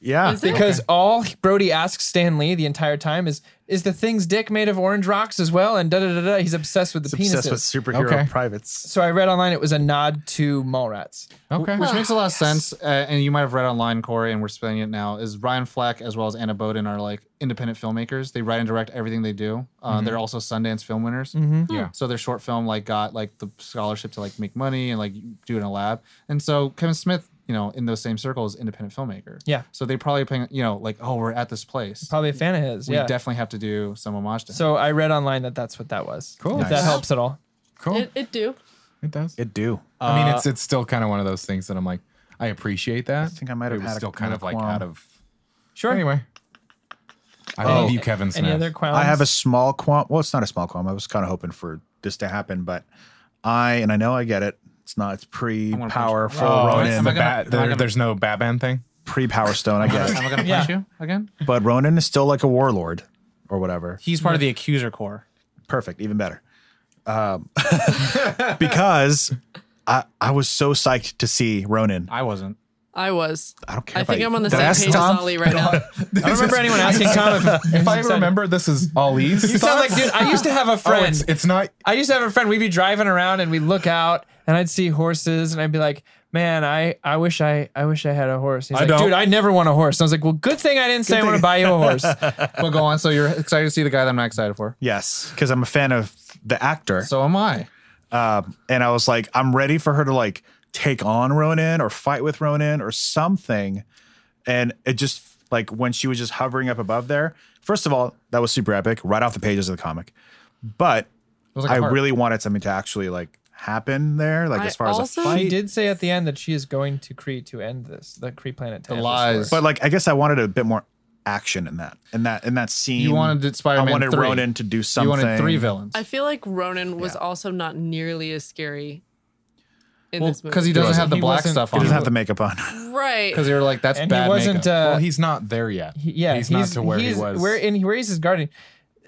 Yeah.
Is it?
Because all Brody asks Stan Lee the entire time is, is the thing's dick made of orange rocks as well? And da da da da. He's obsessed with the
He's
penises.
obsessed with superhero
Okay.
privates.
so I read online it was a nod to Mallrats.
Okay,
that, which makes a lot of sense. Uh, and you might have read online, Corey, and we're spending it now. Is Ryan Flack as well as Anna Boden are like independent filmmakers. They write and direct everything they do.
Mm-hmm.
Uh, They're also Sundance film winners.
yeah.
So their short film like got like the scholarship to like make money and like do it in a lab. And so Kevin Smith, you know, in those same circles, independent filmmaker.
Yeah.
So they probably paying, you know, like, oh, we're at this place.
Probably a fan of his.
We
yeah.
definitely have to do some homage to him.
so I read online that that's what that was.
Cool.
If
Nice.
that helps at all.
Cool.
It,
It,
it do.
does.
It do.
I mean, it's it's still kind of one of those things that I'm like, I appreciate that. I
think I might have
it was
had a-
still kind of like
qualm.
out of.
Sure.
Anyway, I love you, Kevin Smith.
Any other qualms?
I have a small qualm. Well, it's not a small qualm. I was kind of hoping for this to happen, but I and I know I get it. It's not. It's pre
punch
power full
Oh, it's
Ronin,
the
I gonna-
bat,
am I
there-
gonna-
there's no Batman thing.
pre Power Stone. I get
Am I
it.
gonna
Yeah.
punch you again?
But Ronin is still like a warlord or whatever.
He's part of the accuser corps.
perfect, even better. Um, because I I was so psyched to see Ronan.
I wasn't.
I was.
I don't care.
I
if
think I'm on the
Did I
same
ask
page as
Tom?
Ollie right now.
I don't remember anyone asking Tom if,
If I remember, this is Ollie's.
You sound like, Uh, dude, I used to have a friend.
it's, it's not.
I used to have a friend. We'd be driving around and we'd look out and I'd see horses and I'd be like, "Man, I, I wish I I wish I had a horse." He's
I
like,
don't.
"Dude, I never want a horse." And I was like, "Well, good thing I didn't say I want to buy you a horse."
But go on. So you're excited to see the guy that I'm not excited for.
Yes, because I'm a fan of the actor.
So am I.
um, and I was like, I'm ready for her to like take on Ronan or fight with Ronan or something. And it just like when she was just hovering up above there. First of all, that was super epic, right off the pages of the comic. But
was like a
I
heart.
really wanted something to actually like happen there, like
I
as far as a
also-
fight.
she did say at the end that she is going to Kree to end this, the Kree planet. to
The
end this
lies.
war.
But like, I guess I wanted a bit more action in that, in that, in that scene.
You wanted Spider-Man
I wanted
3.
Ronan to do
you
something.
wanted three villains.
I feel like Ronan was
Yeah.
also not nearly as scary in
Well,
this movie.
because he doesn't
wasn't-
have the
he
black
wasn't-
stuff
He
on.
doesn't have the makeup on.
Right.
Because you're like that's
and
bad.
he wasn't.
makeup.
Uh,
well, he's not there yet.
he- yeah,
he's, not to where he
he's-
was.
Where in where he's his guardian,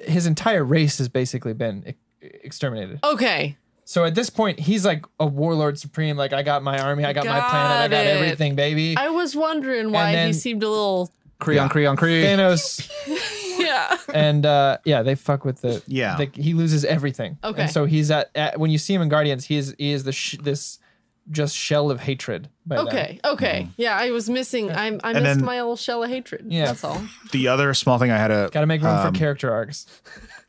his entire race has basically been ex- exterminated.
Okay.
So at this point, he's like a warlord supreme. Like I got my army, I got, my
Got
planet, I got
it.
everything, baby.
I was wondering why
then-
uh,
he seemed a little.
Kree on Kree on Kree.
Thanos
yeah.
and uh, yeah, they fuck with the
Yeah.
the- he loses everything.
Okay.
and so he's at, at when you see him in Guardians, he is he is the sh- this just shell of hatred. By then.
Okay. Okay. Yeah, I was missing. I I missed
then-
my old shell of hatred.
Yeah.
That's all.
The other small thing I had to
gotta make room
um,
for character arcs.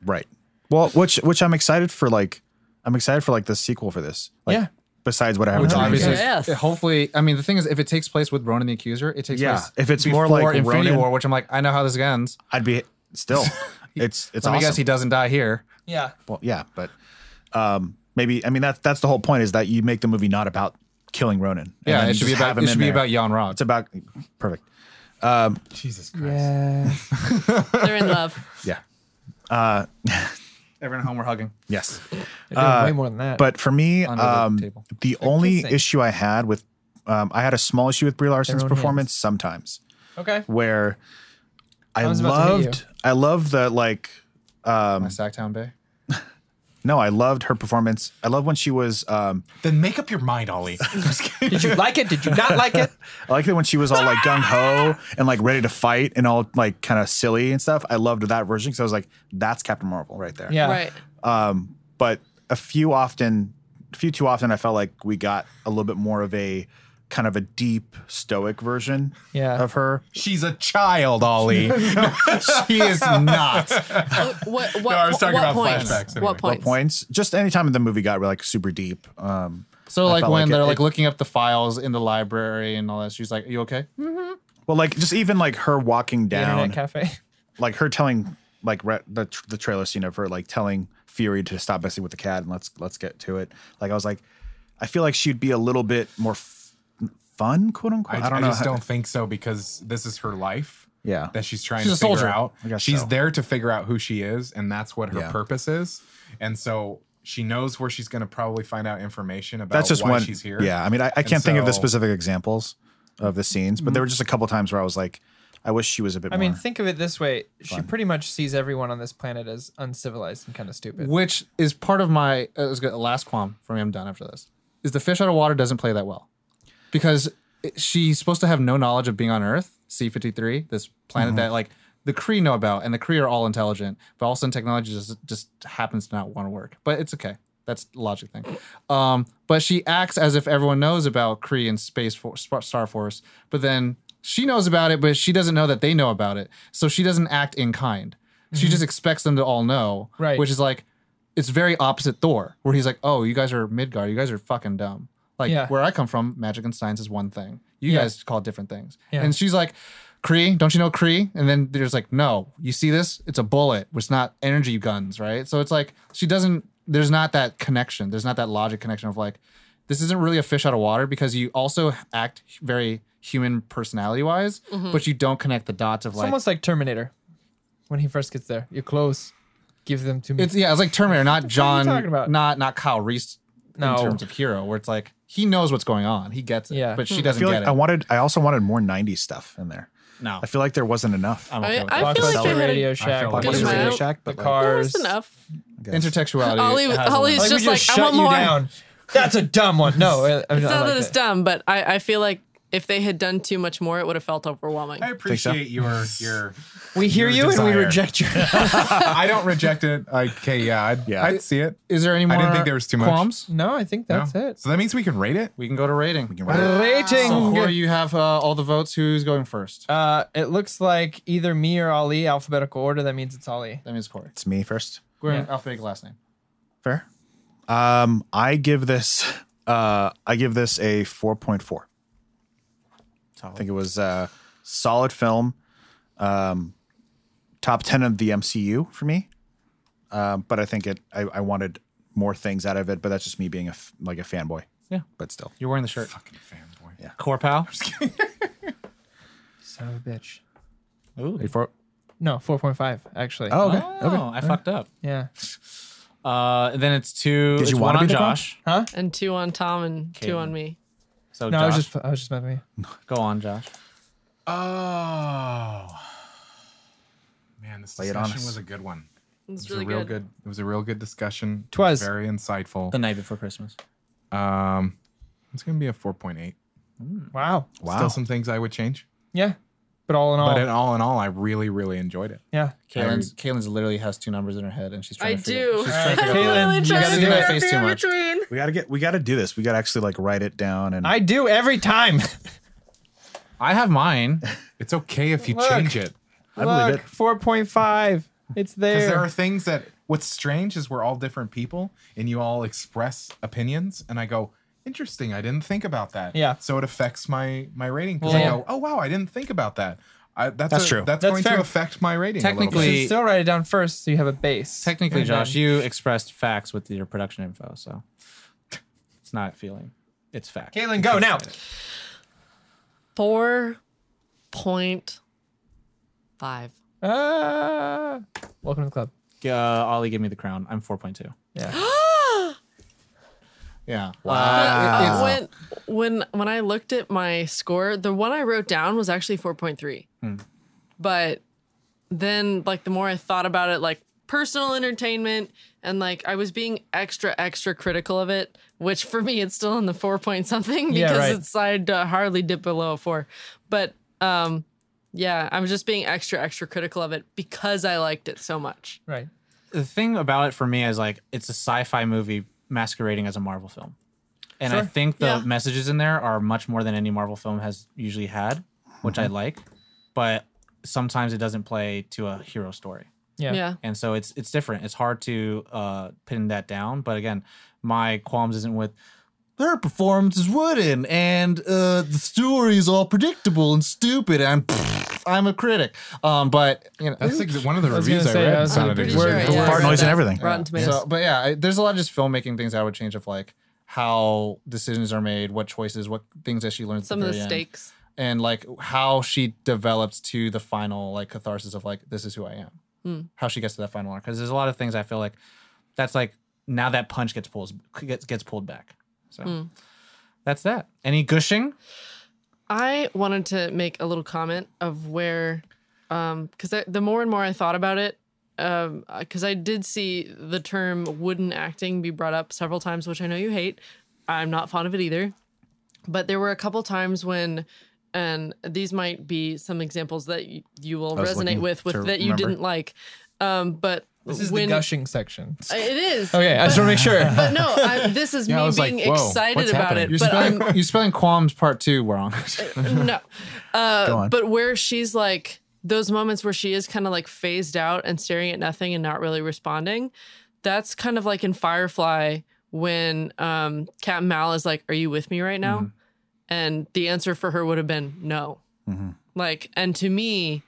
Right. Well, which which I'm excited for. Like, I'm excited for like the sequel for this. Like,
Yeah.
Besides what I have,
Which
in mind.
obviously,
Yes.
it- hopefully, I mean, the thing is, if it takes place with Ronan the Accuser, it takes
Yeah,
place.
if it's more like
before Infinity
Ronan-
War, which I'm like, I know how this ends.
I'd be still. It's it's
Let me
awesome.
guess he doesn't die here.
Yeah,
well, yeah, but um, maybe I mean that's that's the whole point is that you make the movie not about killing Ronan. and
Yeah,
then you
it should be
just have
about
him
it should
in
be
there.
about Jan Rod.
It's about perfect.
Jesus Christ.
yeah.
They're in love.
Yeah.
Everyone at home, we're hugging.
Yes.
They're doing way more than that.
But for me,
Under the
um,
table.
the only
kissing.
issue I had with um, I had a small issue with Brie Larson's
own
performance sometimes.
okay,
where I,
was about to hit
loved I loved the like
My Sacktown Bay.
no, I loved her performance. I love when she was um
Then make up your mind, Ollie.
did you like it? Did you not like it?
I liked it when she was all like gung ho and like ready to fight and all like kind of silly and stuff. I loved that version because I was like, that's Captain Marvel right there.
Yeah,
Right.
Um, But a few often, a few too often, I felt like we got a little bit more of a kind of a deep stoic version
Yeah.
of her.
She's a child, Ollie.
He is not.
What what,
I was talking
what
about
points?
flashbacks anyway.
What points?
Points. Just any time in the movie got like super deep. Um,
So
I
like
felt
when
like it-
they're
it-
like looking up the files in the library and all that, she's like, "You okay?"
well, like just even like her walking
The
down
Internet cafe.
like her telling like re- the tr- the trailer scene of her like telling Fury to stop messing with the cat and let's let's get to it. Like I was like, I feel like she'd be a little bit more f- fun, quote unquote.
I,
I, don't
I
know.
just
how-
don't think so because this is her life.
Yeah.
That she's trying
She's
to
a
figure
soldier.
out.
I guess
She's
so.
there to figure out who she is, and that's what her
Yeah.
purpose is. And so she knows where she's going to probably find out information about
That's just
why
one.
she's here.
Yeah, I mean, I, I
And
can't think of the
so- Mm-hmm.
specific examples of the scenes, but there were just a couple times where I was like, I wish she was a bit.
I
more.
mean, think of it this way: she
Fun.
pretty much sees everyone on this planet as uncivilized and kind of stupid.
Which is part of my uh, it's good- last qualm for me. I'm done after this. Is the fish out of water doesn't play that well because it- she's supposed to have no knowledge of being on Earth, C53, this
Mm-hmm.
planet that like the Kree know about, and the Kree are all intelligent, but all of a sudden technology just just happens to not want to work. But it's okay. That's the logic thing. Um, but she acts as if everyone knows about Kree and Space Force, Star Force, but then she knows about it, but she doesn't know that they know about it. So she doesn't act in kind. She just expects them to all know,
Mm-hmm. Right.
Which is like it's very opposite Thor, where he's like, "Oh, you guys are Midgard. You guys are fucking dumb." Like
Yeah.
where I come from, magic and science is one thing. You
Yeah.
guys call it different things.
Yeah.
And she's like, "Kree, don't you know Kree?" And then there's like, "No, you see this? It's a bullet. It's not energy guns, right?" So it's like she doesn't. There's not that connection. There's not that logic connection of like, this isn't really a fish out of water because you also act very human personality wise,
Mm-hmm.
but you don't connect the dots of
It's
like.
almost like Terminator when he first gets there. You're close. Give them to me.
it's yeah, it's like Terminator, not John,
talking about?
not not Kyle Reese
No.
in terms of hero, where it's like he knows what's going on, he gets it,
Yeah. Hmm.
but she
I
doesn't
feel
get
like
it.
I wanted. I also wanted more '90s stuff in there.
No.
Oh.
I feel like there wasn't enough.
I'm okay
I,
with that.
I feel
Blockbuster
like they had
Radio
a,
Shack.
feel like
Blockbuster
it's
Radio
about-
Shack,
The
but like,
there
cars.
was enough.
Intertextuality.
Ollie,
has a
Ollie's
limit.
Like, we
just like, I want
you
more.
down. That's a dumb one. No, I, I mean,
It's
I
not
liked
that it's
it.
dumb, but I, I feel like if they had done too much more, it would have felt overwhelming.
I appreciate your your.
We hear
Your
you and we
desire.
reject your.
I don't reject it. Okay, yeah, I'd,
Yeah.
I'd see it.
Is there any
I
more?
didn't think there was too much.
qualms?
no, I think
No?
that's it.
So that means we can rate it.
We can go to rating. We
Rating.
So Corey, you have uh, all the votes. Who's going first?
Uh, it looks like either me or Ali, alphabetical order. That means it's Ali.
That means Corey.
It's me first.
We're in alphabetic last name.
Fair. Um, I give this. Uh, I give this a 4.4. I think it was a solid film. Um, top 10 of the MCU for me. Um, but I think it. I, I wanted more things out of it. But that's just me being a f- like a fanboy.
Yeah.
But still,
You're wearing the shirt.
Fucking fanboy.
Core pal.
Son of a bitch.
Ooh.
No, 4.5, actually.
Oh, okay.
Oh, I fucked up.
Yeah.
Uh, then it's two.
Did
it's
you
one
wanna
on
be the cop?
Josh.
And two on Tom and two
Caden.
on me.
So
Oh,
No, I
Josh,
was just I was just mad at me.
go on, Josh.
Oh man, this
Lay it on
discussion
us.
was a good one.
It's
It was
really
a real
good.
good. It was a real good discussion. It
Twas.
very insightful.
The night before Christmas.
Um, it's gonna be a four point eight.
Wow.
Wow.
Still some things I would change,
Yeah. But all in all,
But in all in all, I really, really enjoyed it.
yeah.
Kaylin's, Kaylin's literally has two numbers in her head, and she's trying
I
to figure
do.
She's
All
trying
right,
to figure it out.
Kaylin, you
gotta
gotta
see
do
my
it.
face too much.
Between.
We gotta get. We gotta do this. We gotta actually like write it down. And
I do every time.
I have mine.
It's okay if you
Look.
change it.
I believe
Look,
it.
4.5. It's there.
Because there are things that what's strange is we're all different people and you all express opinions and I go, interesting, I didn't think about that.
Yeah.
So it affects my my rating because I
Yeah.
go, oh wow, I didn't think about that. I, that's
That's
a-
true.
That's,
That's
going
fair.
to affect my rating.
You
Technically-
a
should still write it down first so you have a base.
Technically,
And
Josh,
then-
you expressed facts with your production info, so it's not feeling. It's fact.
Caitlin, go now.
Four point five.
Ah, welcome to the club.
Uh, Ollie, give me the crown. I'm 4.2.
Yeah.
Uh, But when when when I looked at my score, the one I wrote down was actually 4.3. But then like the more I thought about it like personal entertainment and like I was being extra extra critical of it, which for me it's still in the 4 point something
Yeah,
because
right.
it's I'd uh, hardly dip below a 4. But um yeah, I'm just being extra extra critical of it because I liked it so much.
Right.
The thing about it for me is like it's a sci-fi movie masquerading as a Marvel film, and I think the
Yeah.
messages in there are much more than any Marvel film has usually had, which I like. But sometimes it doesn't play to a hero story.
Yeah.
Yeah.
and so it's it's different. It's hard to uh, pin that down. But again, my qualms isn't with
Her performance is wooden, and uh, the story is all predictable and stupid. And I'm a critic, um, but you know,
That's ex- one of the
was gonna
reviews I
say,
read.
I was
sounded
pretty
exactly
sure,
like
yeah.
that.
fart
I read
noise and
that.
everything.
Rotten Tomatoes.
So, but yeah, I, there's a lot of just filmmaking things I would change of like how decisions are made, what choices, what things that she learns. at
Some of
very
the
end,
stakes.
and like how she develops to the final like catharsis of like this is who I am.
Hmm.
How she gets to that final arc.
because there's a lot of things I feel like that's like now that punch gets pulled gets gets pulled back. So
Mm.
that's that. Any gushing?
I wanted to make a little comment of where, um, because the more and more I thought about it, um, because I did see the term wooden acting be brought up several times, which I know you hate. I'm not fond of it either, but there were a couple times when, and these might be some examples that y- you will
I was
resonate
looking
with,
to
with that you
remember.
didn't like, um, but
This is
when
the gushing section.
it is
Okay, I just want to make sure.
But no, I, this is
Yeah, I
me
was like,
being
"Whoa,
excited
what's
about
happening?"
it.
You're
but I'm
spelling you're spelling qualms part two wrong.
no.
Go
Uh,
on.
but where she's like, those moments where she is kind of like phased out and staring at nothing and not really responding, that's kind of like in Firefly when um, Captain Mal is like, Are you with me right now?
Mm-hmm.
And the answer for her would have been no.
Mhm.
Like, and to me,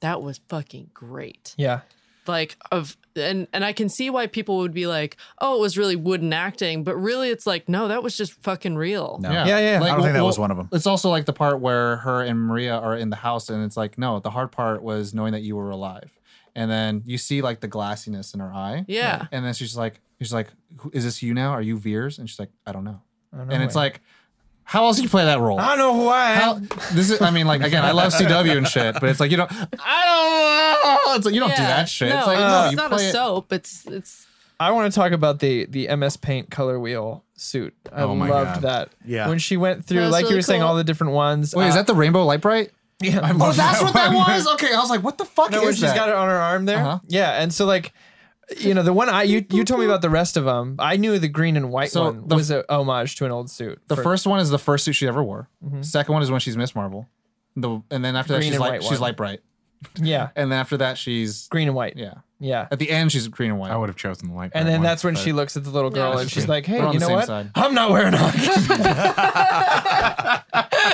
that was fucking great
Yeah.
like of and and I can see why people would be like, "Oh, it was really wooden acting," but really it's like, "No, that was just fucking real."
No.
Yeah, yeah.
I don't think that was one of them.
It's also like the part where her and Maria are in the house, and it's like, no, the hard part was knowing that you were alive. And then you see like the glassiness in her eye.
Yeah.
And then she's like, she's like, "Who- is this you now? Are you Veers? And she's like, I don't know.
I don't know
and it's
why.
like, how else do you play that role?
I know who I am.
How, this is, I mean, like again, I love CW and shit, but it's like you don't, I don't know. It's like you don't do
Yeah.
that shit.
No,
it's like no,
it's
you
not
play
a
it-
soap. It's it's
I want to talk about the the MS Paint color wheel suit. I
Oh my God.
loved that.
Yeah.
When she went through,
That was
like you
really
were saying,
cool.
all the different ones. Uh,
Wait, is that the Rainbow Light Bright?
Yeah.
Oh, that's what that was. Okay, I was like, what the fuck
No, where
is
she's
that?
got it on her arm there.
Uh-huh.
Yeah, and so like, you know, the one I you you told me about the rest of them. I knew the green and white
So
one
the-
was a homage to an old suit.
The
for- Mm-hmm.
first one is the first suit she ever wore. Second one is when she's Miss Marvel. The and then after that
Green
she's
and
light
white
she's
one.
light bright.
yeah,
And then after that she's
green and white. Yeah,
yeah. At the end she's green and white.
I would have chosen the light.
and
brown
then
one,
that's when
but-
she looks at the little girl
Yeah.
and she's like, "Hey,
We're on
you
the
know
same
what?
side.
I'm not wearing on."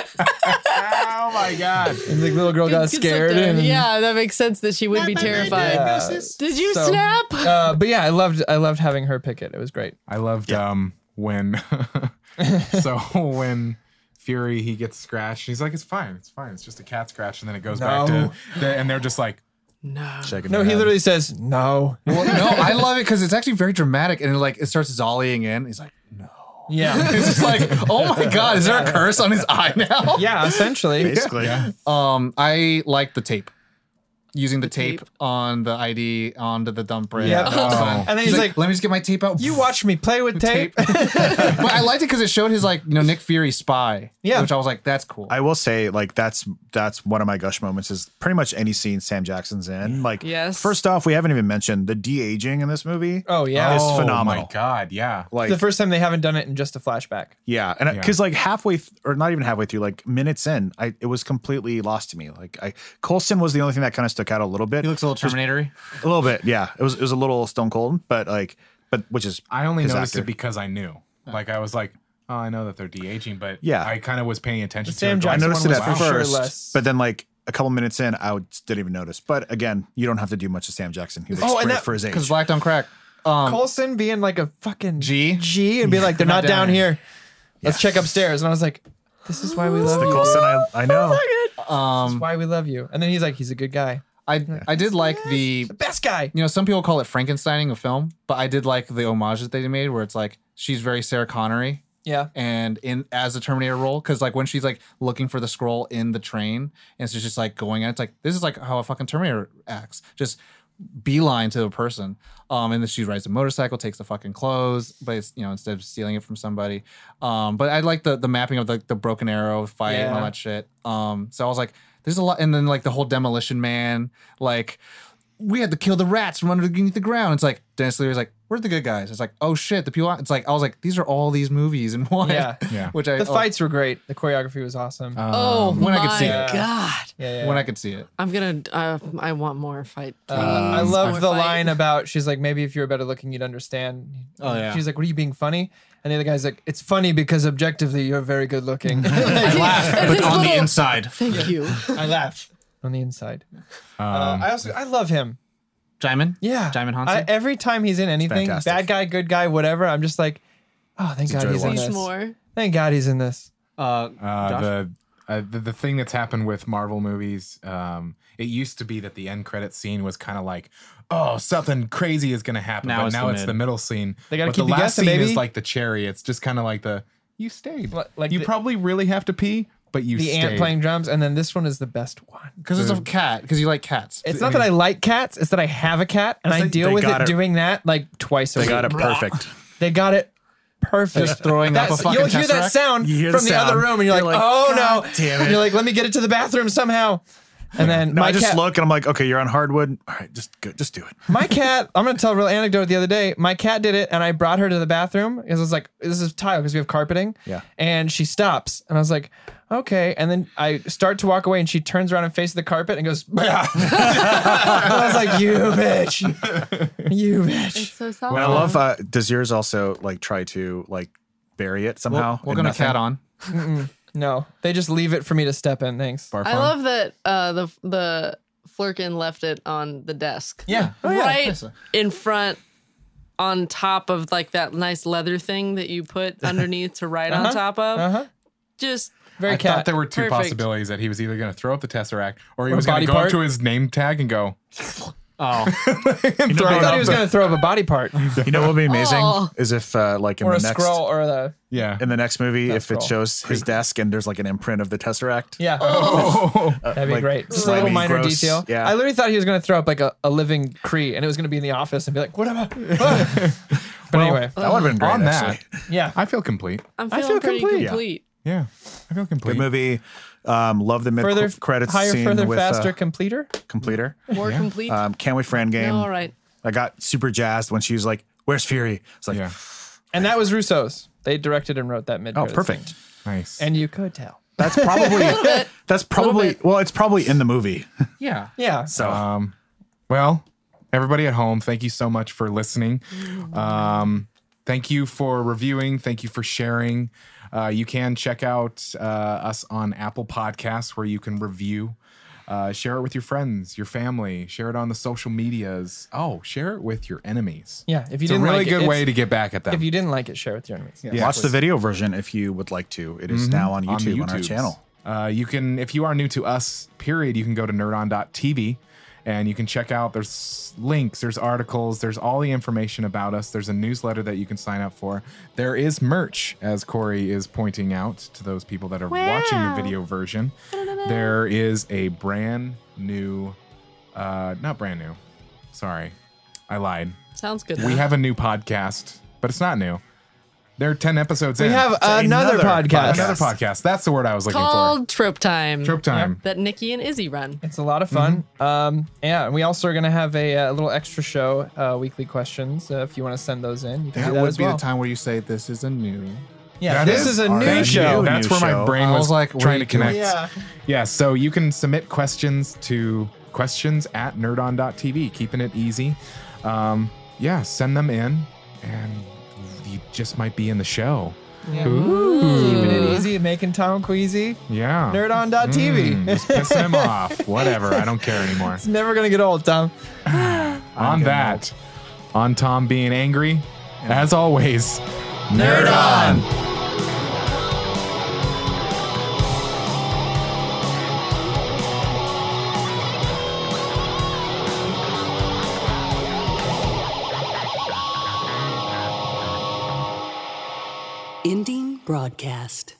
Oh my god.
And the little girl got
it's up
scared.
there.
And,
Yeah, that makes sense that she would be terrified.
Yeah.
Did you
So-
snap?
um,
Uh, but yeah, I loved I loved having her pick it. It was great.
I loved um when so when Fury he gets scratched. He's like, it's fine, it's fine. It's just a cat scratch, and then it goes back
No.
to the, and they're just like,
No.
Shaking
No,
their
he
head.
literally says no.
well, no, I love it because it's actually very dramatic and it like it starts zollying in. He's like,
Yeah,
it's just like, oh my god, is there a curse on his eye now?
yeah, essentially.
basically.
Um, I like the tape. using the,
The
tape,
tape.
on the ID onto the dump rail.
Yeah.
Oh.
And then
He's
he's
like,
like,
let me just get my tape out.
You watch me play with tape.
but I liked it because it showed his like, you know, Nick Fury spy.
Yeah.
which I was like, that's cool.
I will say, like that's that's one of my gush moments. Is pretty much any scene Sam Jackson's in. Like,
Yes.
First off, we haven't even mentioned the de aging in this movie.
oh yeah.
It's
oh
phenomenal.
my god, yeah.
Like,
the first time they haven't done it in just a flashback.
yeah, and because like halfway th- or not even halfway through, like minutes in, I it was completely lost to me. Like, I Colson was the only thing that kind of stuck out a little bit.
he looks a little Terminator.
a little bit, yeah. It was it was a little stone cold, but like, but which is
I only
his
noticed
actor.
it because I knew. Like I was like, oh, I know that they're de aging, but
Yeah.
I kind of was paying attention.
The Sam
to it.
I
Jackson
noticed it
one
at
was for sure
first,
less-
but then like a couple minutes in, I would- didn't even notice. But again, you don't have to do much to Sam Jackson. He looks
Oh, and
great
that-
for his age.
because black on crack. Um,
Coulson being like a fucking
G?
G, and be like, they're not, down, here. Let's check upstairs. And I was like, this is why we love
the
you.
Coulson I, I know.
This is
um,
why we love you. And then he's like, he's a good guy,
I I did like the
the best guy.
you know some people call it Frankensteining a film, but I did like the homage that they made where it's like she's very Sarah Connery
Yeah.
and in as a Terminator role because like when she's like looking for the scroll in the train and she's just like going at it, it's like this is like how a fucking Terminator acts just beeline to a person um and then she rides a motorcycle takes the fucking clothes but it's you know instead of stealing it from somebody um but I like the the mapping of the, the broken arrow fight and all
Yeah.
that shit um so I was like there's a lot and then like the whole demolition man like we had to kill the rats from underneath the ground. It's like Dennis Leary's like, we're the good guys. It's like, oh shit, the people. It's like I was like, these are all these movies in one.
Yeah.
Yeah.
Which I oh,
The fights were great. The choreography was awesome.
oh
when
my
I could see it.
god!
yeah, yeah.
Uh, when I could see it.
I'm gonna. Uh, I want more fight.
Uh,
please.
um,
I
More
love the
fight.
line about she's like, maybe if you were better looking, you'd understand.
Oh, yeah.
She's like, what are you being funny? And the other guy's like, it's funny because objectively you're very good looking. I
laugh, but on the
inside,
Thank you.
laugh on the inside. Uh,
Um,
I also I love him.
Jaimin.
Yeah,
Jaimin Hansen.
I, every time he's in anything,
fantastic.
bad guy, good guy, whatever, I'm just like, oh, thank God he's in
Please
this.
more.
Thank God he's in this.
uh,
uh,
Josh?
the, uh, the the thing that's happened with Marvel movies, um, it used to be that the end credit scene was kind of like, oh, something crazy is gonna happen.
Now
but
it's
now
the
it's
mid.
the middle scene.
They gotta
But
keep
the
you
last
guessing,
scene
baby.
is like the cherry. It's just kind of like the you stayed.
Li- like
you
the-
probably really have to pee, but you
The
stayed.
ant playing drums, and then this one is the best one.
because it's a cat. Because you like cats.
It's not that I like cats; it's that I have a cat, and I
like
deal
they
with
got
it
it-
doing that like twice a
They
week.
got it perfect.
They got it perfect.
Just throwing up a
That's-
fucking
You'll hear
tesseract?
that sound
You hear the
from the other
sound.
room, and you're,
You're
like,
like,
oh
"God
no!
damn it."
And you're like, let me get it to the bathroom somehow. And then
No,
my
I just
cat,
look and I'm like, okay, you're on hardwood. All right, just go, just do it.
My cat, I'm gonna tell a real anecdote the other day. My cat did it and I brought her to the bathroom because I was like, this is tile because we have carpeting.
Yeah.
And she stops and I was like, okay. And then I start to walk away and she turns around and faces the carpet and goes, "Bah." and I was like, you bitch. You bitch.
So soft.
And I love. Uh, does yours also like try to like bury it somehow?
we're
in
gonna
nothing?
cat on.
No. They just leave it for me to step in. Thanks.
Barf
I
on.
love that uh, the the Flurkin left it on the desk.
Yeah. Oh, yeah.
right in front, on top of like that nice leather thing that you put underneath to write on top of.
Uh-huh.
Just
Very
I thought
cat.
there were two
Perfect.
possibilities that he was either going to throw up the tesseract or he
Or
was going
body
to go
part.
up to his name tag and go.
Oh,
and throw
I
it
thought
up.
he was gonna throw up a body part
You know what would be amazing
Oh.
is if uh, like in
or
the
a
next
scroll or the
yeah.
in the next movie,
Not
if it
scroll.
shows his desk and there's like an imprint of the tesseract.
yeah.
Oh.
That'd be
like,
great. Just a
slimy,
little minor
gross-
detail.
yeah.
I literally thought he was going to throw up like a, a living Cree and it was going to be in the office and be like, what am I? Ah. but anyway,
That would have been great.
On that,
actually.
yeah.
I feel complete.
I'm
I feel
feeling pretty
complete.
complete.
Yeah.
Yeah, I feel complete.
Good movie. Um, love the mid
Further,
credits
higher,
scene
further,
with
faster,
uh,
completer.
completer.
More complete.
Uh,
Um, can't wait for Endgame.
No, all right.
I got super jazzed when she was like, "Where's Fury?" It's like,
Yeah,
And that was Russo's. They directed and wrote that mid.
"Oh, perfect."
nice.
And you could tell.
That's probably
bit.
that's probably well, it's probably in the movie.
yeah.
Yeah.
So
um, well, everybody at home, thank you so much for listening. Um, thank you for reviewing. Thank you for sharing. Uh, you can check out uh, us on Apple Podcasts where you can review. Uh, share it with your friends, your family. Share it on the social medias. Oh, share it with your enemies.
Yeah. If you
It's a
didn't
really
like
good
it,
way to
it's-
get back at them.
If you didn't like it, share with your enemies.
Yeah,
watch the
please.
video version if you would like to. It is now on YouTube on, our
YouTubes.
channel.
Uh, you can, if you are new to us, period, you can go to nerdon.tv and you can check out there's links, there's articles, there's all the information about us. There's a newsletter that you can sign up for. There is merch, as Corey is pointing out to those people that are watching the video version. There is a brand new Uh, not brand new. Sorry, I lied.
Sounds good.
We have a new podcast, but it's not new. There are ten episodes
We
in.
have another, podcast.
another podcast. That's the word I was looking
called Trope Time.
for. Trope time.
That Nikki and Izzy run.
It's a lot of fun. Um, yeah, and we also are going to have a, uh little extra show, uh, weekly questions. Uh, if you want to send those in, you can
That
do that
would
as
be
well.
the time where you say this is a new.
Yeah,
That
this is, a
our
new
new
show.
That's where my
show.
brain
I
was,
was like,
trying to
wait, no.
connect.
Yeah.
Yeah, so you can submit questions to questions at nerdon.tv, keeping it easy. Um, yeah, send them in, and you just might be in the show.
Yeah.
Ooh.
Keeping it easy, making Tom queasy.
Yeah. Mm,
Nerdon.tv.
just pissing him off. Whatever. I don't care anymore.
It's never going to get old, Tom.
On that, on Tom being angry, as always, nerd on.
Ending broadcast.